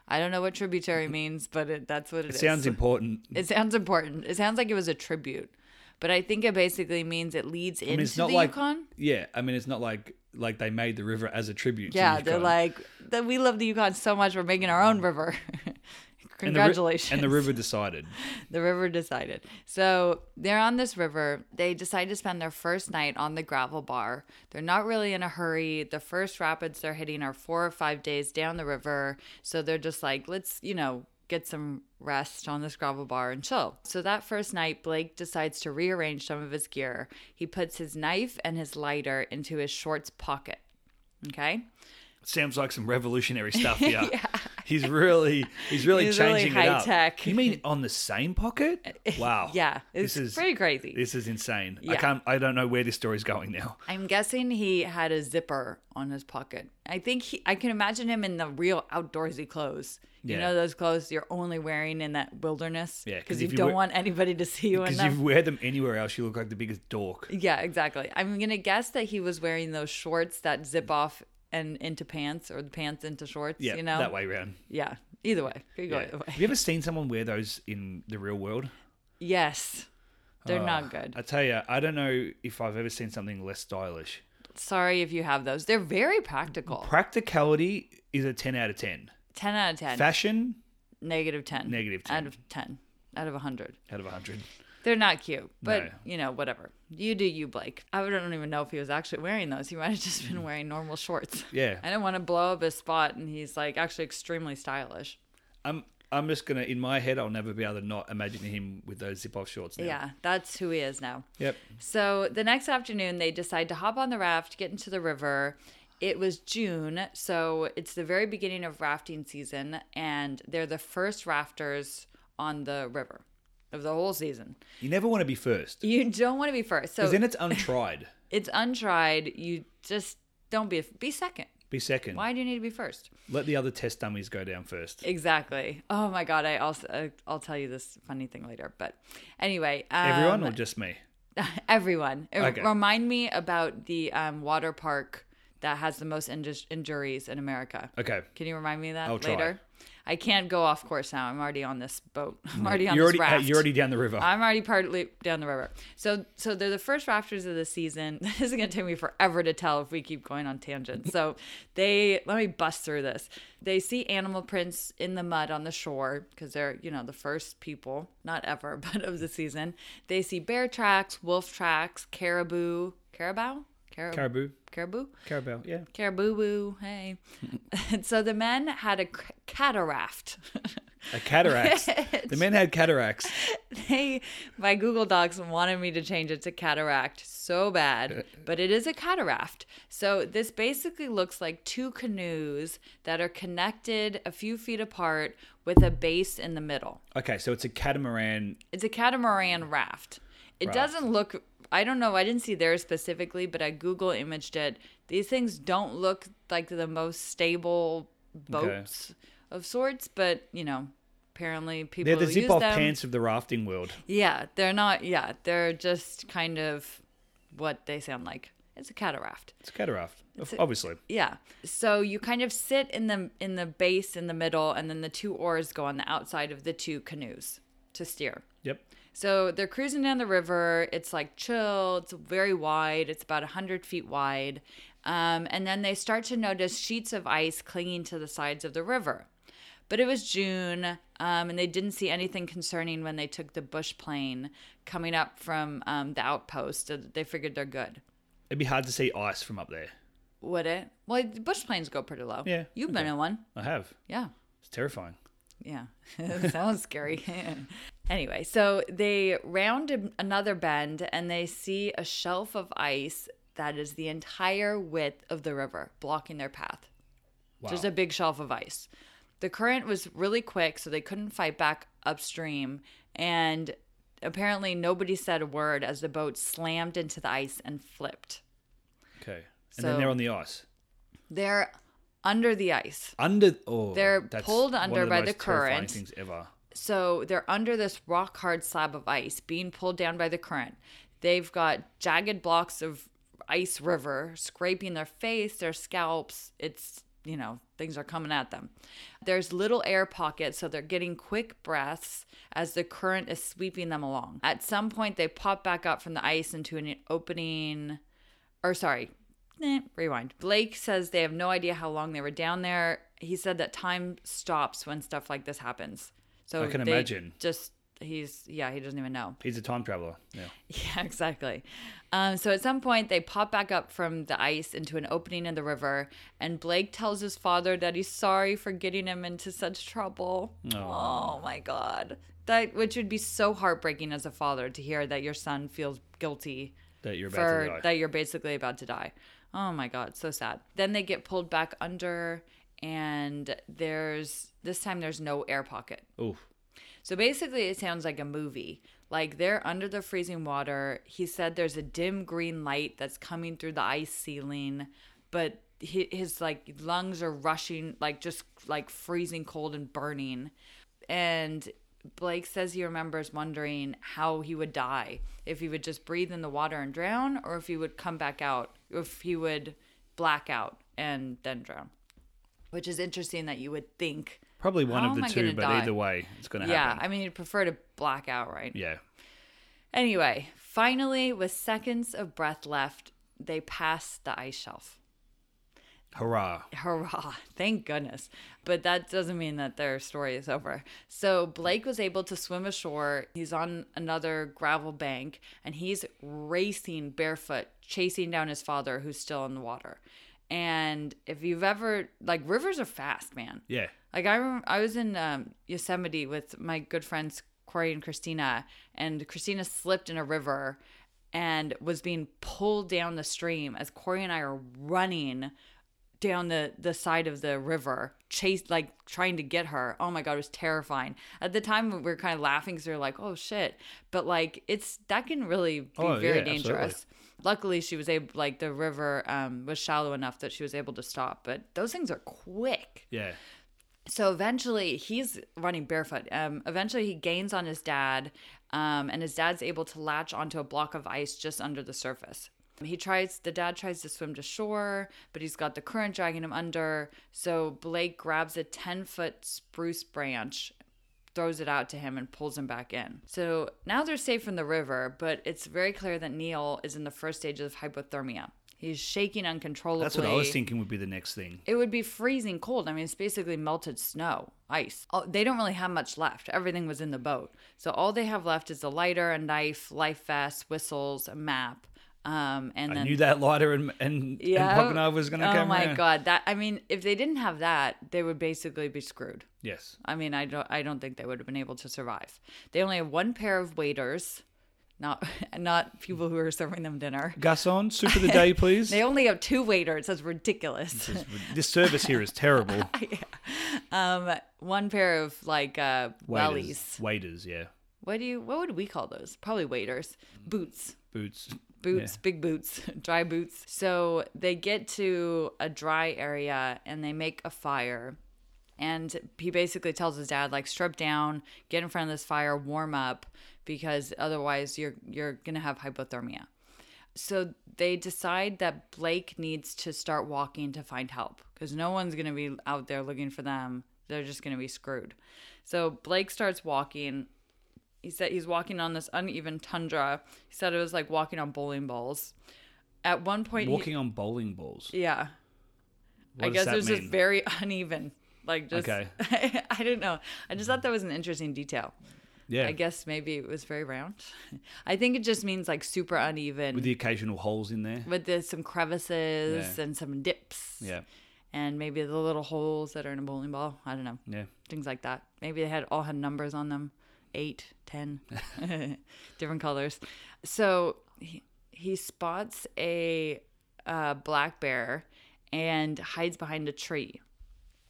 S1: I don't know what tributary means, but it, that's what
S2: Mm-hmm. It
S1: is.
S2: sounds important.
S1: It sounds important. It sounds like it was a tribute, but I think it basically means it leads into
S2: I mean, it's not
S1: the
S2: like
S1: Yukon.
S2: yeah. I mean, it's not like like they made the river as a tribute. to
S1: Yeah, they're
S2: Yukon.
S1: like that. We love the Yukon so much. We're making our own river.
S2: And the ri-
S1: Congratulations.
S2: and the river decided.
S1: The river decided. So they're on this river. They decide to spend their first night on the gravel bar. They're not really in a hurry. The first rapids they're hitting are four or five days down the river. So they're just like, let's, you know, get some rest on this gravel bar and chill. So that first night, Blake decides to rearrange some of his gear. He puts his knife and his lighter into his shorts pocket. Okay.
S2: Sounds like some revolutionary stuff here. He's really he's really
S1: He's really
S2: changing it
S1: high
S2: up.
S1: tech.
S2: You mean on the same pocket? Wow.
S1: Yeah. It's
S2: Oh, This is
S1: pretty crazy.
S2: this is insane. I
S1: Yeah.
S2: can't I don't know where this story's going now.
S1: I'm guessing he had a zipper on his pocket. I think he, I can imagine him in the real outdoorsy clothes. You
S2: Yeah.
S1: know those clothes you're only wearing in that wilderness.
S2: Yeah, 'cause
S1: because you,
S2: if you
S1: don't
S2: were-
S1: want anybody to see you in
S2: Because you
S1: them.
S2: wear them anywhere else, you look like the biggest dork.
S1: Yeah, exactly. I'm gonna guess that he was wearing those shorts that zip off and into pants, or the pants into shorts.
S2: Yeah,
S1: you know
S2: that way round.
S1: Yeah, either way, could go
S2: Yeah.
S1: either way.
S2: Have you ever seen someone wear those in the real world?
S1: Yes, they're not good.
S2: I tell you, I don't know if I've ever seen something less stylish.
S1: Sorry if you have those. They're very practical.
S2: Practicality is a 10 out of 10.
S1: Ten out of ten.
S2: Fashion,
S1: negative ten.
S2: Negative
S1: Out
S2: 10.
S1: of ten. Out of a hundred.
S2: out of 100.
S1: They're not cute, but
S2: No.
S1: you know, whatever. You do you, Blake. I don't even know if he was actually wearing those. He might have just been wearing normal shorts.
S2: Yeah.
S1: I didn't want to blow up his spot, and he's like actually extremely stylish.
S2: I'm I'm just going to, in my head, I'll never be able to not imagine him with those zip off shorts now.
S1: Yeah, that's who he is now.
S2: Yep.
S1: So the next afternoon, they decide to hop on the raft, get into the river. It was June, so it's the very beginning of rafting season, and they're the first rafters on the river of the whole season.
S2: You never want to be first.
S1: You don't want to be first. So
S2: Because then it's untried.
S1: it's untried. You just don't be be second.
S2: Be second.
S1: Why do you need to be first?
S2: Let the other test dummies go down first.
S1: Exactly. Oh my god. I also uh, I'll tell you this funny thing later. But anyway, um,
S2: Everyone or just me?
S1: everyone. It
S2: Okay.
S1: Remind me about the um, water park that has the most inju- injuries in America.
S2: Okay.
S1: Can you remind me of that
S2: I'll try.
S1: later? I can't go off course now. I'm already on this boat. I'm already on
S2: You're
S1: this
S2: already,
S1: raft.
S2: hey, you're already down the river.
S1: I'm already partly down the river. So so they're the first rafters of the season. This is gonna take me forever to tell if we keep going on tangents. So they let me bust through this. They see animal prints in the mud on the shore because they're you know the first people, not ever, but of the season. They see bear tracks, wolf tracks, caribou, carabao, Carib-
S2: Caribou.
S1: caribou,
S2: Carabao. Yeah.
S1: caribou, woo, hey. and so the men had a c- cataract.
S2: A cataracts. the men had cataracts.
S1: they my google docs wanted me to change it to cataract so bad but it is a cataract so this basically looks like two canoes that are connected a few feet apart with a base in the middle
S2: Okay, so it's a catamaran.
S1: it's a catamaran raft it doesn't look i don't know i didn't see theirs specifically but i google imaged it these things don't look like the most stable boats of sorts but you know apparently people
S2: They're the
S1: who
S2: zip
S1: use
S2: off
S1: them-
S2: pants of the rafting world.
S1: yeah, they're not. Yeah, they're just kind of what they sound like. It's a cataract.
S2: It's a cataract, obviously.
S1: Yeah. So you kind of sit in the in the base in the middle, and then the two oars go on the outside of the two canoes to steer.
S2: Yep.
S1: So they're cruising down the river. It's like chill. It's very wide. It's about 100 feet wide. Um, and then they start to notice sheets of ice clinging to the sides of the river. But it was June, um, and they didn't see anything concerning when they took the bush plane coming up from um, the outpost. So they figured they're good.
S2: It'd be hard to see ice from up there.
S1: Would it? Well, bush planes go pretty low.
S2: Yeah,
S1: You've
S2: okay.
S1: been in one.
S2: I have.
S1: Yeah.
S2: It's terrifying.
S1: Yeah. Sounds scary. anyway, so they round an- another bend and they see a shelf of ice that is the entire width of the river, blocking their path.
S2: Wow.
S1: There's a big shelf of ice. The current was really quick, so they couldn't fight back upstream. And apparently, nobody said a word as the boat slammed into the ice and flipped.
S2: okay. And then
S1: So-
S2: they're on the ice.
S1: They're under the ice.
S2: Under oh
S1: They're
S2: that's
S1: pulled
S2: one of
S1: under by
S2: most
S1: the
S2: terrifying
S1: current.
S2: things ever.
S1: so they're under this rock hard slab of ice being pulled down by the current they've got jagged blocks of ice river scraping their face their scalps it's you know things are coming at them there's little air pockets so they're getting quick breaths as the current is sweeping them along at some point they pop back up from the ice into an opening or sorry, eh, rewind. Blake says they have no idea how long they were down there. He said that time stops when stuff like this happens. So
S2: I can
S1: they
S2: imagine.
S1: Just he's yeah, he doesn't even know.
S2: He's a time traveler. Yeah.
S1: Yeah, exactly. Um, so at some point, they pop back up from the ice into an opening in the river, and Blake tells his father that he's sorry for getting him into such trouble. Oh my god, that which would be so heartbreaking as a father to hear that your son feels guilty
S2: That you're about
S1: for
S2: to die.
S1: that you're basically about to die. Oh my god, so sad. Then they get pulled back under, and there's this time there's no air pocket.
S2: Oof.
S1: So basically, it sounds like a movie. Like they're under the freezing water. He said there's a dim green light that's coming through the ice ceiling, but hi- his like lungs are rushing, like just like freezing cold and burning. And Blake says he remembers wondering how he would die if he would just breathe in the water and drown, or if he would come back out, if he would black out and then drown. Which is interesting that you would think
S2: Probably one
S1: How
S2: of the
S1: am I
S2: two,
S1: gonna
S2: but
S1: die?
S2: either way, it's going to
S1: yeah,
S2: happen.
S1: I mean, you'd prefer to black out, right?
S2: Yeah.
S1: Anyway, finally, with seconds of breath left, they pass the ice shelf.
S2: Hurrah.
S1: Hurrah! Thank goodness. But that doesn't mean that their story is over. So Blake was able to swim ashore. He's on another gravel bank and he's racing barefoot, chasing down his father who's still in the water. And if you've ever, like, rivers are fast, man.
S2: Yeah.
S1: Like I remember, I was in um, Yosemite with my good friends Corey and Christina, and Christina slipped in a river and was being pulled down the stream as Corey and I are running down the the side of the river, chased like trying to get her. Oh my god, it was terrifying. At the time, we were kind of laughing because we were like, "Oh shit!" But like, it's that can really be
S2: Oh,
S1: very
S2: yeah, absolutely.
S1: dangerous. Luckily, she was able like the river um, was shallow enough that she was able to stop. But those things are quick.
S2: Yeah.
S1: So eventually, he's running barefoot. Um, eventually, he gains on his dad, um, and his dad's able to latch onto a block of ice just under the surface. He tries, the dad tries to swim to shore, but he's got the current dragging him under. So Blake grabs a 10 foot spruce branch, throws it out to him, and pulls him back in. So now they're safe from the river, but it's very clear that Neil is in the first stages of hypothermia. He's shaking uncontrollably.
S2: That's what I was thinking would be the next thing.
S1: It would be freezing cold. I mean, it's basically melted snow, ice. Oh, They don't really have much left. Everything was in the boat. So all they have left is a lighter, a knife, life vest, whistles, a map. Um, and
S2: I
S1: then
S2: knew that lighter and, and, and pocket knife was going to
S1: oh
S2: come
S1: my
S2: around.
S1: god! That I mean, if they didn't have that, they would basically be screwed.
S2: Yes.
S1: I mean, I don't, I don't think they would have been able to survive. They only have one pair of waiters, not, not people who are serving them dinner.
S2: Garcon, soup of the day, please.
S1: They only have two waiters. That's ridiculous.
S2: This- this service here is terrible.
S1: um one pair of like uh wellies
S2: Waiters. Waiters, yeah.
S1: what do you what would we call those probably waiters boots
S2: Boots.
S1: boots big boots dry boots so they get to a dry area and they make a fire and he basically tells his dad like strip down get in front of this fire warm up because otherwise you're you're gonna have hypothermia so they decide that Blake needs to start walking to find help because no one's going to be out there looking for them. They're just going to be screwed. So Blake starts walking. He said he's walking on this uneven tundra. He said it was like walking on bowling balls. At one point, he-
S2: Walking on bowling balls.
S1: yeah,
S2: What
S1: I
S2: does
S1: guess
S2: that
S1: it was
S2: mean?
S1: just very uneven. Like just,
S2: Okay.
S1: I don't know. I just thought that was an interesting detail.
S2: Yeah.
S1: I guess maybe it was very round. I think it just means like super uneven
S2: with the occasional holes in there.
S1: but there's some crevices and some dips.
S2: Yeah,
S1: And maybe the little holes that are in a bowling ball. I don't know.
S2: yeah.
S1: Things like that. Maybe they had all had numbers on them. Eight, ten, different colors. So he, he spots a uh, black bear and hides behind a tree.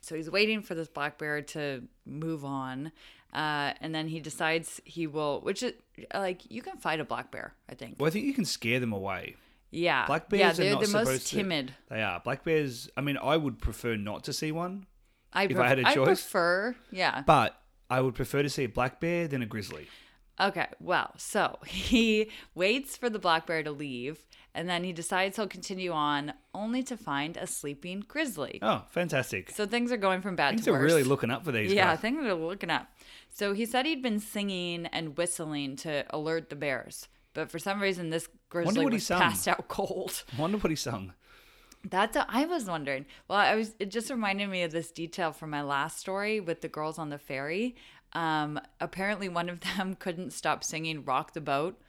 S1: So he's waiting for this black bear to move on. Uh, and then he decides he will, which is like, you can fight a black bear, I think.
S2: Well, I think you can scare them away.
S1: Yeah.
S2: Black bears
S1: yeah,
S2: are
S1: they're
S2: not
S1: the
S2: supposed
S1: most
S2: to-
S1: timid.
S2: They are black bears. I mean, I would prefer not to see one,
S1: I
S2: If I had a choice.
S1: prefer, yeah.
S2: but I would prefer to see a black bear than a grizzly.
S1: Okay, well, so he waits for the black bear to leave, and then he decides he'll continue on, only to find a sleeping grizzly.
S2: Oh, fantastic!
S1: So things are going from bad
S2: Things
S1: to
S2: are
S1: worse.
S2: really looking up for these.
S1: yeah,
S2: guys.
S1: things are looking up. So he said he'd been singing and whistling to alert the bears, but for some reason this grizzly
S2: what he
S1: was
S2: sung.
S1: passed out cold.
S2: Wonder what he sung.
S1: That's what I was wondering. Well, I was. It just reminded me of this detail from my last story with the girls on the ferry. Um, apparently, one of them couldn't stop singing "Rock the Boat,"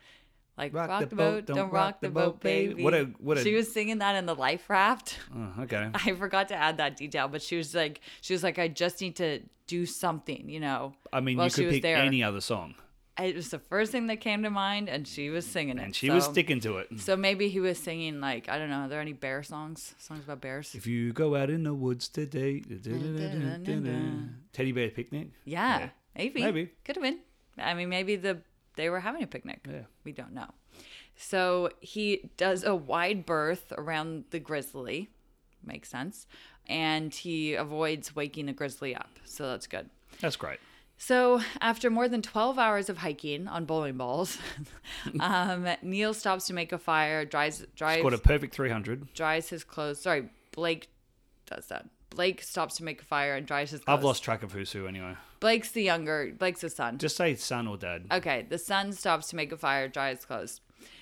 S1: like "Rock, the, boat, don't rock the boat, baby."
S2: What a- what a-
S1: She was singing that in the life raft.
S2: Oh, okay.
S1: I forgot to add that detail, but she was like, she was like, I just need to do something, you know.
S2: I mean,
S1: while
S2: you
S1: she
S2: could
S1: was
S2: pick
S1: there.
S2: any other song,
S1: It was the first thing that came to mind, and she was singing it.
S2: and she was
S1: so-
S2: sticking to it.
S1: So maybe he was singing like I don't know. Are there any bear songs? Songs about bears?
S2: If you go out in the woods today, teddy bear picnic.
S1: Yeah,
S2: Yeah.
S1: maybe.
S2: Maybe.
S1: Could have been. I mean, maybe the they were having a picnic.
S2: Yeah.
S1: We don't know. So he does a wide berth around the grizzly. Makes sense. And he avoids waking the grizzly up. So that's good.
S2: That's great.
S1: So, after more than 12 hours of hiking on bowling balls, um, Neil stops to make a fire, dries, dries,
S2: Got a perfect three hundred.
S1: dries his clothes. Sorry, Blake does that. Blake stops to make a fire and dries his clothes.
S2: I've lost track of who's who anyway.
S1: Blake's the younger, Blake's the son.
S2: Just say son or dad.
S1: Okay, the son stops to make a fire, dry his clothes.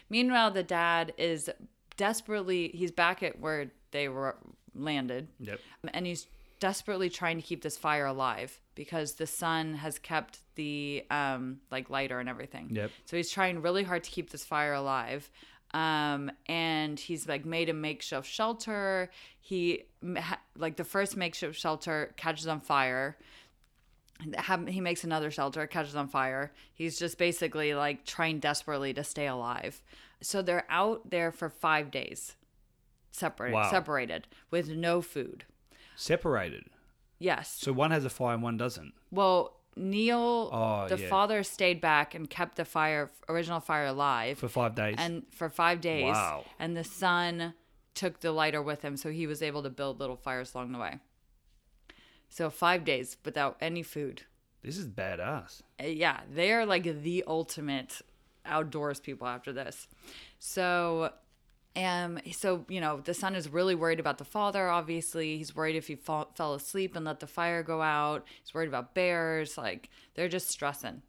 S1: Meanwhile, the dad is desperately, he's back at where they were landed,
S2: Yep.
S1: and he's desperately trying to keep this fire alive because the son has kept the um like lighter and everything.
S2: Yep.
S1: So he's trying really hard to keep this fire alive. Um and he's like made a makeshift shelter. He m- ha- like the first makeshift shelter catches on fire have, he makes another shelter, catches on fire. He's just basically like trying desperately to stay alive. So they're out there for five days, separated,
S2: Wow.
S1: separated with no food.
S2: Separated.
S1: Yes.
S2: So one has a fire and one doesn't.
S1: well, Neil,
S2: Oh,
S1: the
S2: yeah.
S1: father, stayed back and kept the fire original fire alive
S2: For five days.
S1: and for five days.
S2: Wow.
S1: And the son took the lighter with him, so he was able to build little fires along the way. So five days without any food.
S2: this is badass.
S1: Uh, yeah, they are like the ultimate outdoors people after this. So, um, so you know, the son is really worried about the father. Obviously, he's worried if he fall, fell asleep and let the fire go out. He's worried about bears. Like they're just stressing.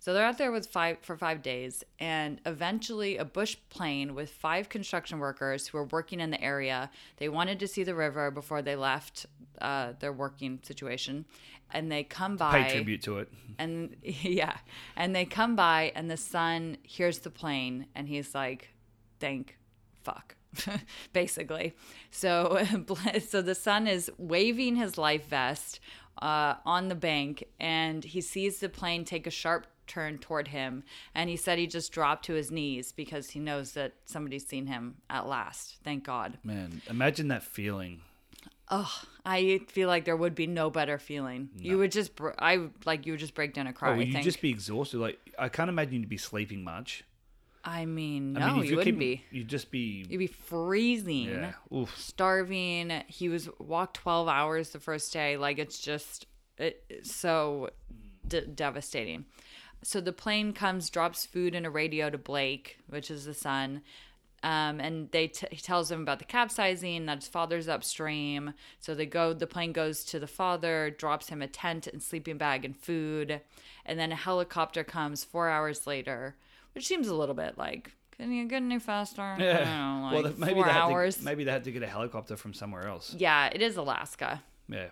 S1: So they're out there with five for five days, and eventually a bush plane with five construction workers who were working in the area. They wanted to see the river before they left uh, their working situation, and they come by
S2: Pay tribute to it.
S1: and yeah and they come by and the son hears the plane and he's like thank fuck basically so so the son is waving his life vest uh, on the bank and he sees the plane take a sharp turn toward him and he said he just dropped to his knees because he knows that somebody's seen him at last thank god
S2: Man, imagine that feeling.
S1: oh i feel like there would be no better feeling you would just br- i like you would just break down and cry
S2: Oh, well,
S1: I
S2: you'd
S1: think.
S2: just be exhausted. Like I can't imagine you'd be sleeping much.
S1: I mean, no,
S2: I
S1: you wouldn't be.
S2: keeping- You'd just be.
S1: You'd be freezing,
S2: yeah. Oof.
S1: starving. He was walked 12 hours the first day. Like it's just it, it's so d- devastating. So the plane comes, drops food and a radio to Blake, which is the son. Um, and they t- he tells him about the capsizing that his father's upstream. So they go. The plane goes to the father, drops him a tent and sleeping bag and food, and then a helicopter comes four hours later, which seems a little bit like can you get any faster? I don't know, like
S2: that- maybe
S1: four
S2: they had
S1: hours.
S2: To, maybe they had to get a helicopter from somewhere else.
S1: Yeah, it is Alaska.
S2: Yeah.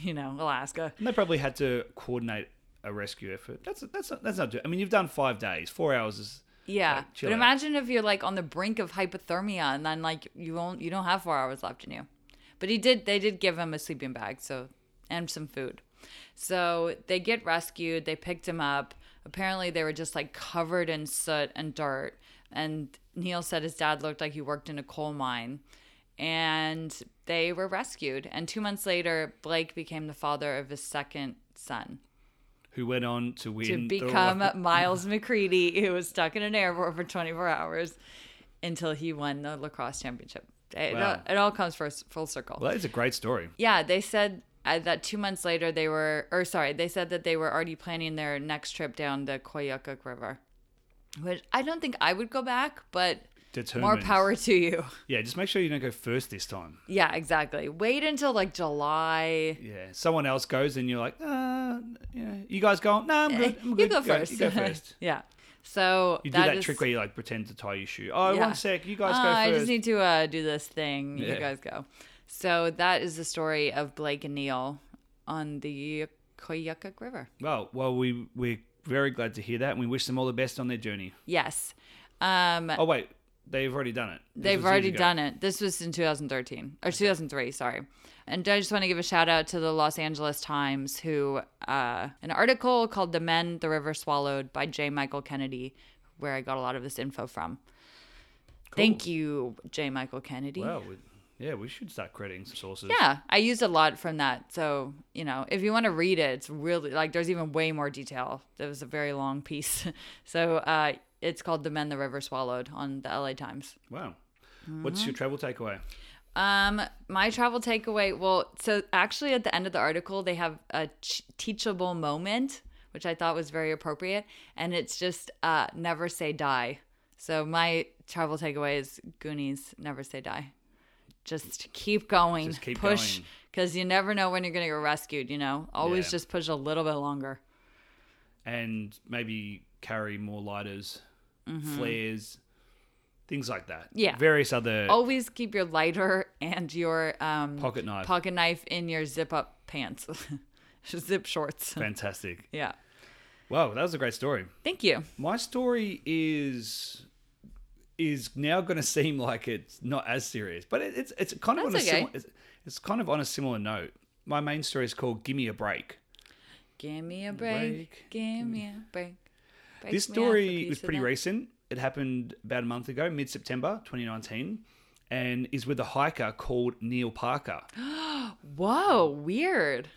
S1: You know, Alaska.
S2: And they probably had to coordinate a rescue effort. That's that's not, that's not. do- I mean, you've done five days. Four hours is
S1: Yeah,
S2: Like, chill
S1: but
S2: out.
S1: imagine if you're like on the brink of hypothermia, and then like you won't, you don't have four hours left in you. But he did. They did give him a sleeping bag, so and some food. So they get rescued. They picked him up. Apparently, they were just like covered in soot and dirt. And Neil said his dad looked like he worked in a coal mine. And they were rescued. And two months later, Blake became the father of his second son
S2: who went on to win
S1: to
S2: the-
S1: become Miles McCready, who was stuck in an airport for 24 hours until he won the lacrosse championship. It,
S2: Wow.
S1: all, it all comes for, full circle.
S2: Well, that's a great story.
S1: Yeah, they said uh, that two months later they were, or sorry, they said that they were already planning their next trip down the Koyukuk River, which I don't think I would go back, but
S2: Determined.
S1: more power to you.
S2: Yeah, just make sure you don't go first this time.
S1: Yeah, exactly. Wait until like July.
S2: Yeah, someone else goes and you're like, uh, yeah. you guys go. No, I'm good. I'm
S1: you
S2: good.
S1: go first.
S2: You go first.
S1: yeah. So
S2: You do that
S1: is-
S2: trick where you like pretend to tie your shoe. Oh, one
S1: Yeah.
S2: sec. You guys
S1: Uh,
S2: go first.
S1: I just need to uh, do this thing. You
S2: Yeah.
S1: guys go. So that is the story of Blake and Neil on the Koyukuk River.
S2: Well, well, we we're very glad to hear that, and we wish them all the best on their journey.
S1: Yes. Um,
S2: Oh wait, they've already done it. This
S1: They've
S2: was years
S1: already
S2: ago.
S1: done it. This was in 2013 or 2003, sorry. And I just want to give a shout out to the Los Angeles Times, who uh, an article called "The Men the River Swallowed" by J. Michael Kennedy, where I got a lot of this info from. Thank you, J. Michael Kennedy.
S2: Well, we, yeah, we should start crediting some sources.
S1: Yeah, I used a lot from that. So, you know, if you want to read it, it's really like there's even way more detail. There was a very long piece. So, uh, it's called The Men the River Swallowed on the LA Times.
S2: Wow. What's
S1: Mm-hmm.
S2: your travel takeaway?
S1: Um, my travel takeaway. Well, so actually, at the end of the article, they have a ch- teachable moment, which I thought was very appropriate, and it's just uh, never say die. So my travel takeaway is Goonies, never say die. Just keep going,
S2: Just keep
S1: push,
S2: going.
S1: because you never know when you're gonna get rescued. You know, always
S2: Yeah.
S1: just push a little bit longer.
S2: And maybe carry more lighters, flares, things like that.
S1: Mm-hmm. Yeah. Oh,
S2: Various other
S1: Always keep your lighter and your um,
S2: pocket knife.
S1: pocket knife in your zip up pants, zip shorts.
S2: Fantastic.
S1: Yeah.
S2: Wow, that was a great story.
S1: Thank you.
S2: My story is is now going to seem like it's not as serious, but it, it's it's kind of on
S1: That's
S2: a
S1: okay.
S2: similar, it's, it's kind of on a similar note. My main story is called "Give Me a Break."
S1: Give me a break.
S2: Break.
S1: Give me a break. break
S2: this
S1: me off a
S2: story
S1: piece
S2: was
S1: of
S2: pretty
S1: that.
S2: recent. It happened about a month ago, mid September 2019, and is with a hiker called Neil Parker.
S1: Whoa, weird.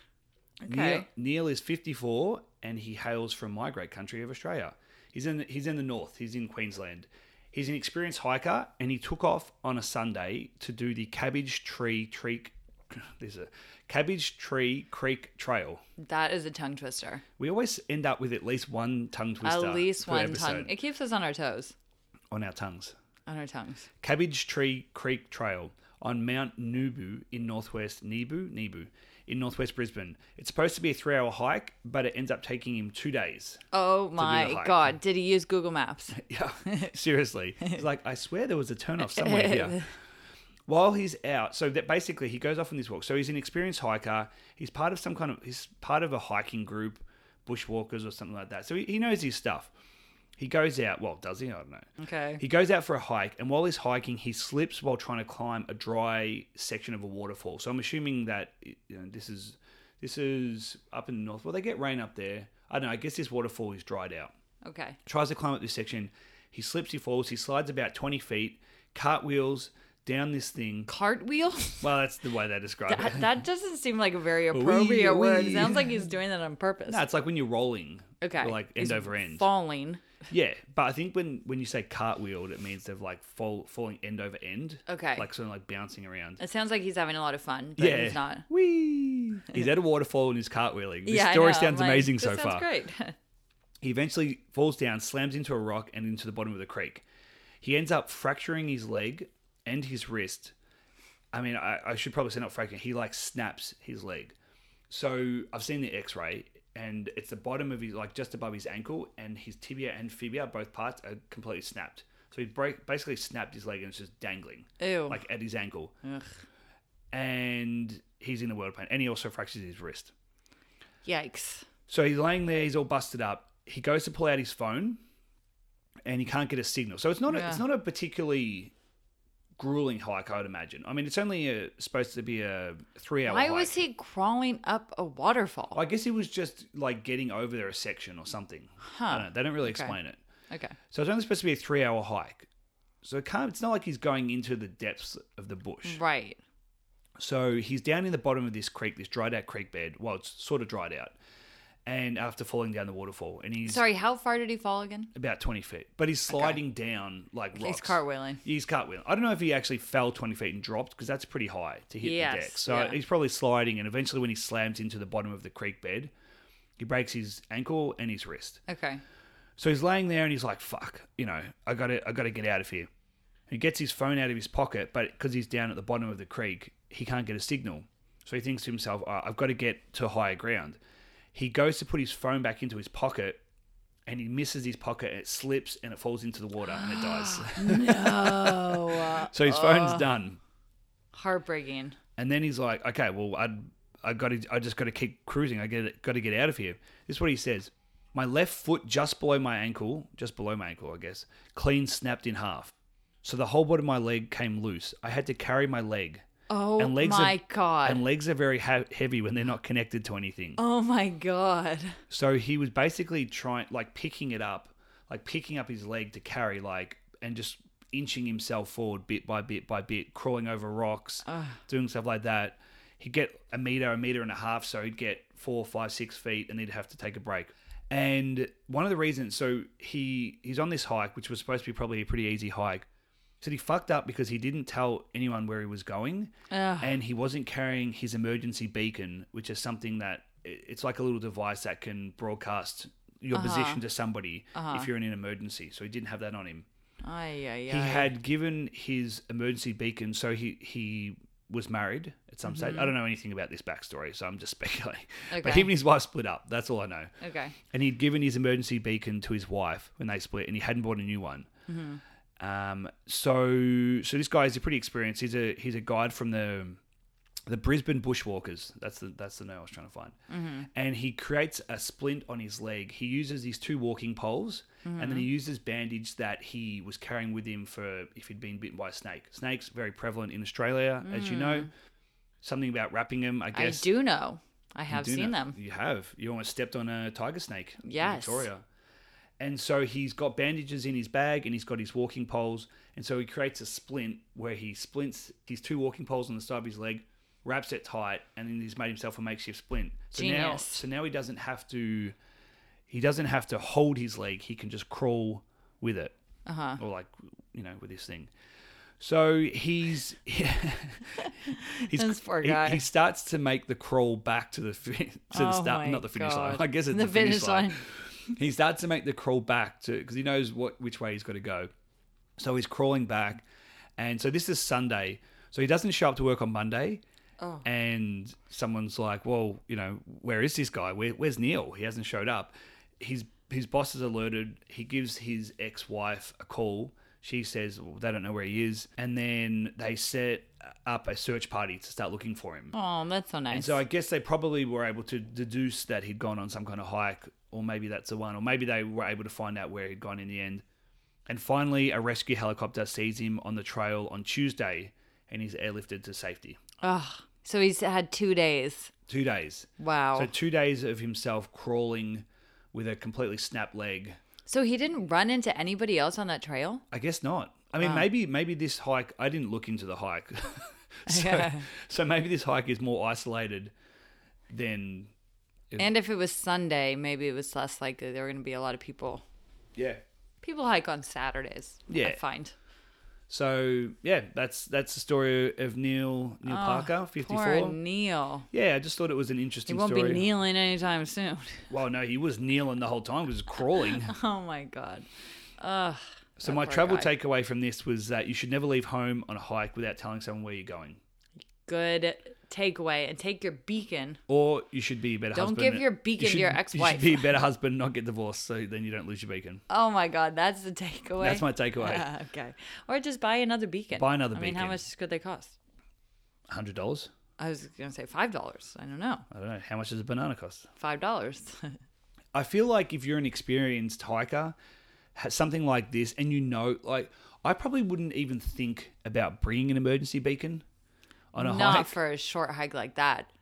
S2: Neil,
S1: Okay.
S2: Neil is 54 and he hails from my great country of Australia. He's in he's in the north. He's in Queensland. He's an experienced hiker and he took off on a Sunday to do the Cabbage Tree Creek. There's a Cabbage Tree Creek Trail.
S1: That is a tongue twister.
S2: We always end up with at least one tongue twister.
S1: At least
S2: per
S1: one tongue.
S2: episode
S1: It keeps us on our toes.
S2: on our tongues.
S1: On our tongues.
S2: Cabbage Tree Creek Trail on Mount Nubu in northwest Nebu, Nebu in northwest Brisbane. It's supposed to be a three-hour hike, but it ends up taking him two days.
S1: Oh my
S2: hike.
S1: God. Did he use Google Maps?
S2: Yeah, seriously. It's like, I swear there was a turn off somewhere here. While he's out, so that basically he goes off on this walk. So he's an experienced hiker. He's part of some kind of he's part of a hiking group, bushwalkers or something like that. So he, he knows his stuff. He goes out. Well, does he? I don't know.
S1: Okay.
S2: He goes out for a hike, and while he's hiking, he slips while trying to climb a dry section of a waterfall. So I'm assuming that you know, this is this is up in the north. Well, they get rain up there. I don't know. I guess this waterfall is dried out
S1: Okay.
S2: tries to climb up this section. He slips, he falls, he slides about 20 feet, cartwheels down this thing.
S1: Cartwheel?
S2: Well, that's the way they describe it.
S1: that, that doesn't seem like a very appropriate word. It
S2: wee.
S1: sounds like he's doing that on purpose.
S2: No, it's like when you're rolling.
S1: okay.
S2: Like end
S1: He's
S2: over end.
S1: Falling.
S2: yeah, but I think when, when you say cartwheeled, it means they're like fall, falling end over end.
S1: Okay.
S2: Like sort of like bouncing around.
S1: It sounds like he's having a lot of fun, but he's not.
S2: Whee! He's at a waterfall and he's cartwheeling. This
S1: yeah, I
S2: story
S1: know. I'm
S2: sounds
S1: like,
S2: amazing
S1: this
S2: so
S1: sounds
S2: far.
S1: great.
S2: He eventually falls down, slams into a rock, and into the bottom of the creek. He ends up fracturing his leg and his wrist. I mean, I, I should probably say not fracturing. He like snaps his leg. So I've seen the X-ray, and it's the bottom of his like just above his ankle, and his tibia and fibia, both parts, are completely snapped. So he break, basically snapped his leg and it's just dangling,
S1: Ew.
S2: like at his ankle,
S1: Ugh.
S2: and he's in a world of pain. And he also fractures his wrist.
S1: Yikes.
S2: So he's laying there, he's all busted up. He goes to pull out his phone, and he can't get a signal. So it's not a,
S1: Yeah.
S2: it's not a particularly grueling hike, I would imagine. I mean, it's only uh supposed to be a three hour.
S1: Why
S2: hike.
S1: was he crawling up a waterfall?
S2: I guess he was just like getting over there a section or something. I don't know. They don't really explain it.
S1: Okay.
S2: So it's only supposed to be a three hour hike. So it can't, it's not like he's going into the depths of the bush.
S1: Right.
S2: So he's down in the bottom of this creek, this dried out creek bed. Well, it's sort of dried out. And after falling down the waterfall, and he's
S1: Sorry, how far did he fall again?
S2: about 20 feet, but he's sliding down like rocks.
S1: He's cartwheeling.
S2: He's cartwheeling. I don't know if he actually fell 20 feet and dropped because that's pretty high to hit the
S1: Yes,
S2: deck. So
S1: yeah.
S2: he's probably sliding. And eventually, when he slams into the bottom of the creek bed, he breaks his ankle and his wrist.
S1: Okay.
S2: So he's laying there and he's like, "Fuck, you know, I gotta, I gotta get out of here." He gets his phone out of his pocket, but because he's down at the bottom of the creek, he can't get a signal. So he thinks to himself, "All right, "I've got to get to higher ground." He goes to put his phone back into his pocket, and he misses his pocket. And it slips and it falls into the water and it dies.
S1: No.
S2: so his phone's done.
S1: Heartbreaking.
S2: And then he's like, okay, well, I'd, I got to, I just got to keep cruising. I get, got to get out of here. This is what he says. My left foot just below my ankle, just below my ankle, I guess, clean snapped in half. So the whole bottom of my leg came loose. I had to carry my leg.
S1: Oh
S2: legs
S1: my
S2: are,
S1: god.
S2: And legs are very ha- heavy when they're not connected to anything.
S1: oh my god.
S2: So he was basically trying, like picking it up, like picking up his leg to carry, like, and just inching himself forward bit by bit by bit, crawling over rocks, doing stuff like that. He'd get a meter, a meter and a half, so he'd get four, five, six feet, and he'd have to take a break. And one of the reasons, so he he's on this hike, which was supposed to be probably a pretty easy hike. Said he fucked up because he didn't tell anyone where he was going, and he wasn't carrying his emergency beacon, which is something that it- it's like a little device that can broadcast your position to somebody if you're in an emergency. So he didn't have that on him.
S1: Ay, ay,
S2: He
S1: ay.
S2: had given his emergency beacon, so he he was married at some stage. I don't know anything about this backstory, so I'm just speculating. But
S1: Okay.
S2: him and his wife split up. That's all I know.
S1: Okay.
S2: And he'd given his emergency beacon to his wife when they split, and he hadn't bought a new one. Um, so, so this guy is pretty experienced. He's a he's a guide from the the Brisbane Bushwalkers. That's the that's the name I was trying to find. And he creates a splint on his leg. He uses these two walking poles, and then he uses bandage that he was carrying with him for if he'd been bitten by a snake. Snakes very prevalent in Australia, as you know. Something about wrapping them, I
S1: I
S2: guess.
S1: do know. I
S2: You
S1: have
S2: do
S1: seen
S2: know-
S1: them.
S2: You have. You almost stepped on a tiger snake in
S1: Yes.
S2: Victoria. And so he's got bandages in his bag and he's got his walking poles. And so he creates a splint where he splints his two walking poles on the side of his leg, wraps it tight, and then he's made himself a makeshift splint. So now
S1: Genius.
S2: so now he doesn't have to he doesn't have to hold his leg. He can just crawl with it. Uh-huh. Or like you know, with this thing. So he's he's
S1: This poor
S2: he-
S1: guy.
S2: He, starts to make the crawl back to the fi- to the
S1: Oh
S2: start,
S1: my
S2: not the finish line.
S1: God.
S2: I guess it's the,
S1: The
S2: finish,
S1: finish
S2: line.
S1: line.
S2: he starts to make the crawl back to because he knows what which way he's got to go. So he's crawling back, and so this is Sunday. So he doesn't show up to work on Monday. And someone's like, "Well, you know, where is this guy? Where, where's Neil? He hasn't showed up." His his boss is alerted. He gives his ex wife a call. She says well, they don't know where he is, and then they set up a search party to start looking for him.
S1: Oh, that's so nice.
S2: And so I guess they probably were able to deduce that he'd gone on some kind of hike, or maybe that's the one, or maybe they were able to find out where he'd gone in the end. And finally, a rescue helicopter sees him on the trail on Tuesday, and he's airlifted to safety.
S1: Ugh. So he's had two days.
S2: Two days.
S1: Wow.
S2: So
S1: So,
S2: two days of himself crawling with a completely snapped leg.
S1: he didn't run into anybody else on that trail?
S2: I guess not. I mean, maybe maybe this hike. I didn't look into the hike, so
S1: Yeah.
S2: so maybe this hike is more isolated than
S1: And if it was Sunday, maybe it was less likely there were going to be a lot of people.
S2: yeah.
S1: People hike on Saturdays.
S2: Yeah.
S1: I find.
S2: So yeah, that's that's the story of Neil Neil
S1: Ah,
S2: Parker, fifty
S1: Poor
S2: four.
S1: Neil.
S2: Yeah, I just thought it was an interesting
S1: He won't
S2: story.
S1: be kneeling anytime soon.
S2: Well, no, he was kneeling the whole time because crawling.
S1: oh my god.
S2: so my
S1: poor
S2: travel
S1: guy.
S2: takeaway from this was that you should never leave home on a hike without telling someone where you're going,
S1: Good takeaway and take your beacon.
S2: or you should be a better
S1: Don't
S2: husband.
S1: give your beacon
S2: you
S1: to your
S2: You should
S1: ex-wife.
S2: be a better husband, and not get divorced, so then you don't lose your beacon.
S1: Oh my god, that's the takeaway.
S2: That's my takeaway.
S1: Ah, okay. Or just buy another beacon.
S2: Buy another
S1: I mean, how
S2: beacon.
S1: much could they cost?
S2: Hundred dollars.
S1: I was going to say $5. I don't know.
S2: I don't know. How much does a banana cost?
S1: $5.
S2: I feel like if you're an experienced hiker, ha- something like this, and you know, like, I probably wouldn't even think about bringing an emergency beacon on a
S1: Not
S2: hike.
S1: for a short hike like that.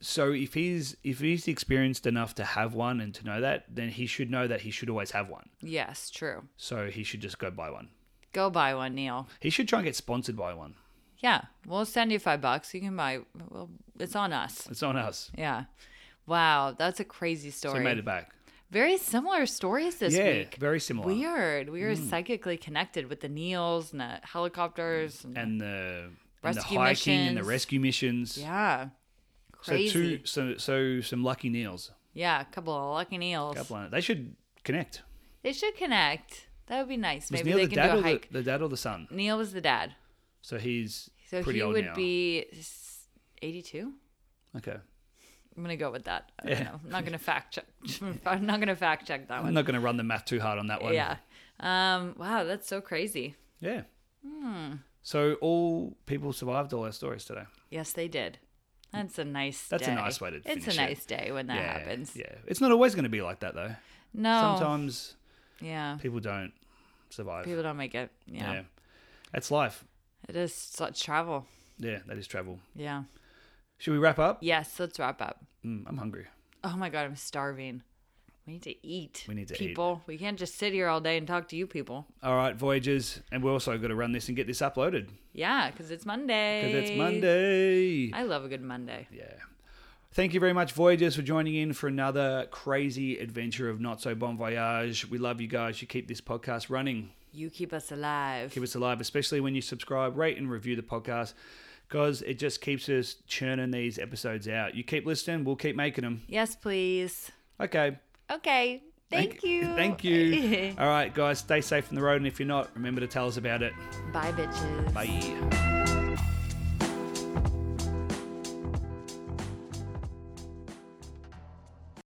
S2: so if he's if he's experienced enough to have one and to know that, then he should know that he should always have one.
S1: Yes, true.
S2: So he should just go buy one.
S1: Go buy one, Neil.
S2: He should try and get sponsored by one.
S1: Yeah, we'll send you five bucks. You can buy. Well, it's on us.
S2: It's on us.
S1: Yeah. Wow, that's a crazy
S2: So
S1: story.
S2: he made it back.
S1: Very similar stories this
S2: yeah,
S1: week.
S2: very similar. Mm.
S1: Weird. We were psychically connected with the Neils and the helicopters. And,
S2: And the and the
S1: Rescue
S2: hiking and the
S1: missions.
S2: rescue missions.
S1: yeah. Crazy.
S2: So two so so some lucky Neils.
S1: yeah, a couple of lucky Neils.
S2: Couple on it. They should connect.
S1: They should connect. That would be nice.
S2: Was
S1: Maybe
S2: Neil
S1: they
S2: the
S1: can
S2: dad
S1: do
S2: or
S1: a
S2: the,
S1: hike.
S2: the dad or the son?
S1: Neil was the dad.
S2: So he's
S1: So
S2: pretty
S1: he
S2: old
S1: would
S2: now.
S1: be s- 82.
S2: Okay.
S1: I'm going to go with that. I don't
S2: Yeah.
S1: know. I'm not going to fact check. I'm not going to fact check that
S2: I'm
S1: one.
S2: not gonna run the math too hard on that one.
S1: Yeah. Um, wow, that's so crazy.
S2: Yeah.
S1: Hmm.
S2: So all people survived all our stories today.
S1: Yes, they did. That's a nice
S2: That's a
S1: day.
S2: nice way to
S1: It's
S2: finish
S1: a
S2: it.
S1: nice day when that
S2: yeah.
S1: happens. Oh.
S2: Yeah. It's not always gonna be like that though.
S1: No.
S2: Sometimes
S1: Yeah.
S2: people don't survive.
S1: People don't make it. Yeah.
S2: yeah. That's life.
S1: It is such travel.
S2: Yeah, that is travel.
S1: Yeah.
S2: Should we wrap up?
S1: Yes, let's wrap up.
S2: Mm, I'm hungry.
S1: Oh my god, I'm starving. We need to eat.
S2: We need to eat.
S1: people. We can't just sit here all day and talk to you people.
S2: All right, Voyagers. And we're also got to run this and get this uploaded
S1: Yeah, because it's Monday.
S2: because it's Monday.
S1: I love a good Monday.
S2: Yeah. Thank you very much, Voyagers, for joining in for another crazy adventure of Not So Bon Voyage. We love you guys. You keep this podcast running.
S1: You keep us alive.
S2: Keep us alive, especially when you subscribe, rate, and review the podcast because it just keeps us churning these episodes out. You keep listening, we'll keep making them.
S1: yes, please.
S2: Okay.
S1: Okay. Thank, you.
S2: Thank you. All right, guys, stay safe on the road. And if you're not, remember to tell us about it.
S1: Bye, bitches.
S2: Bye.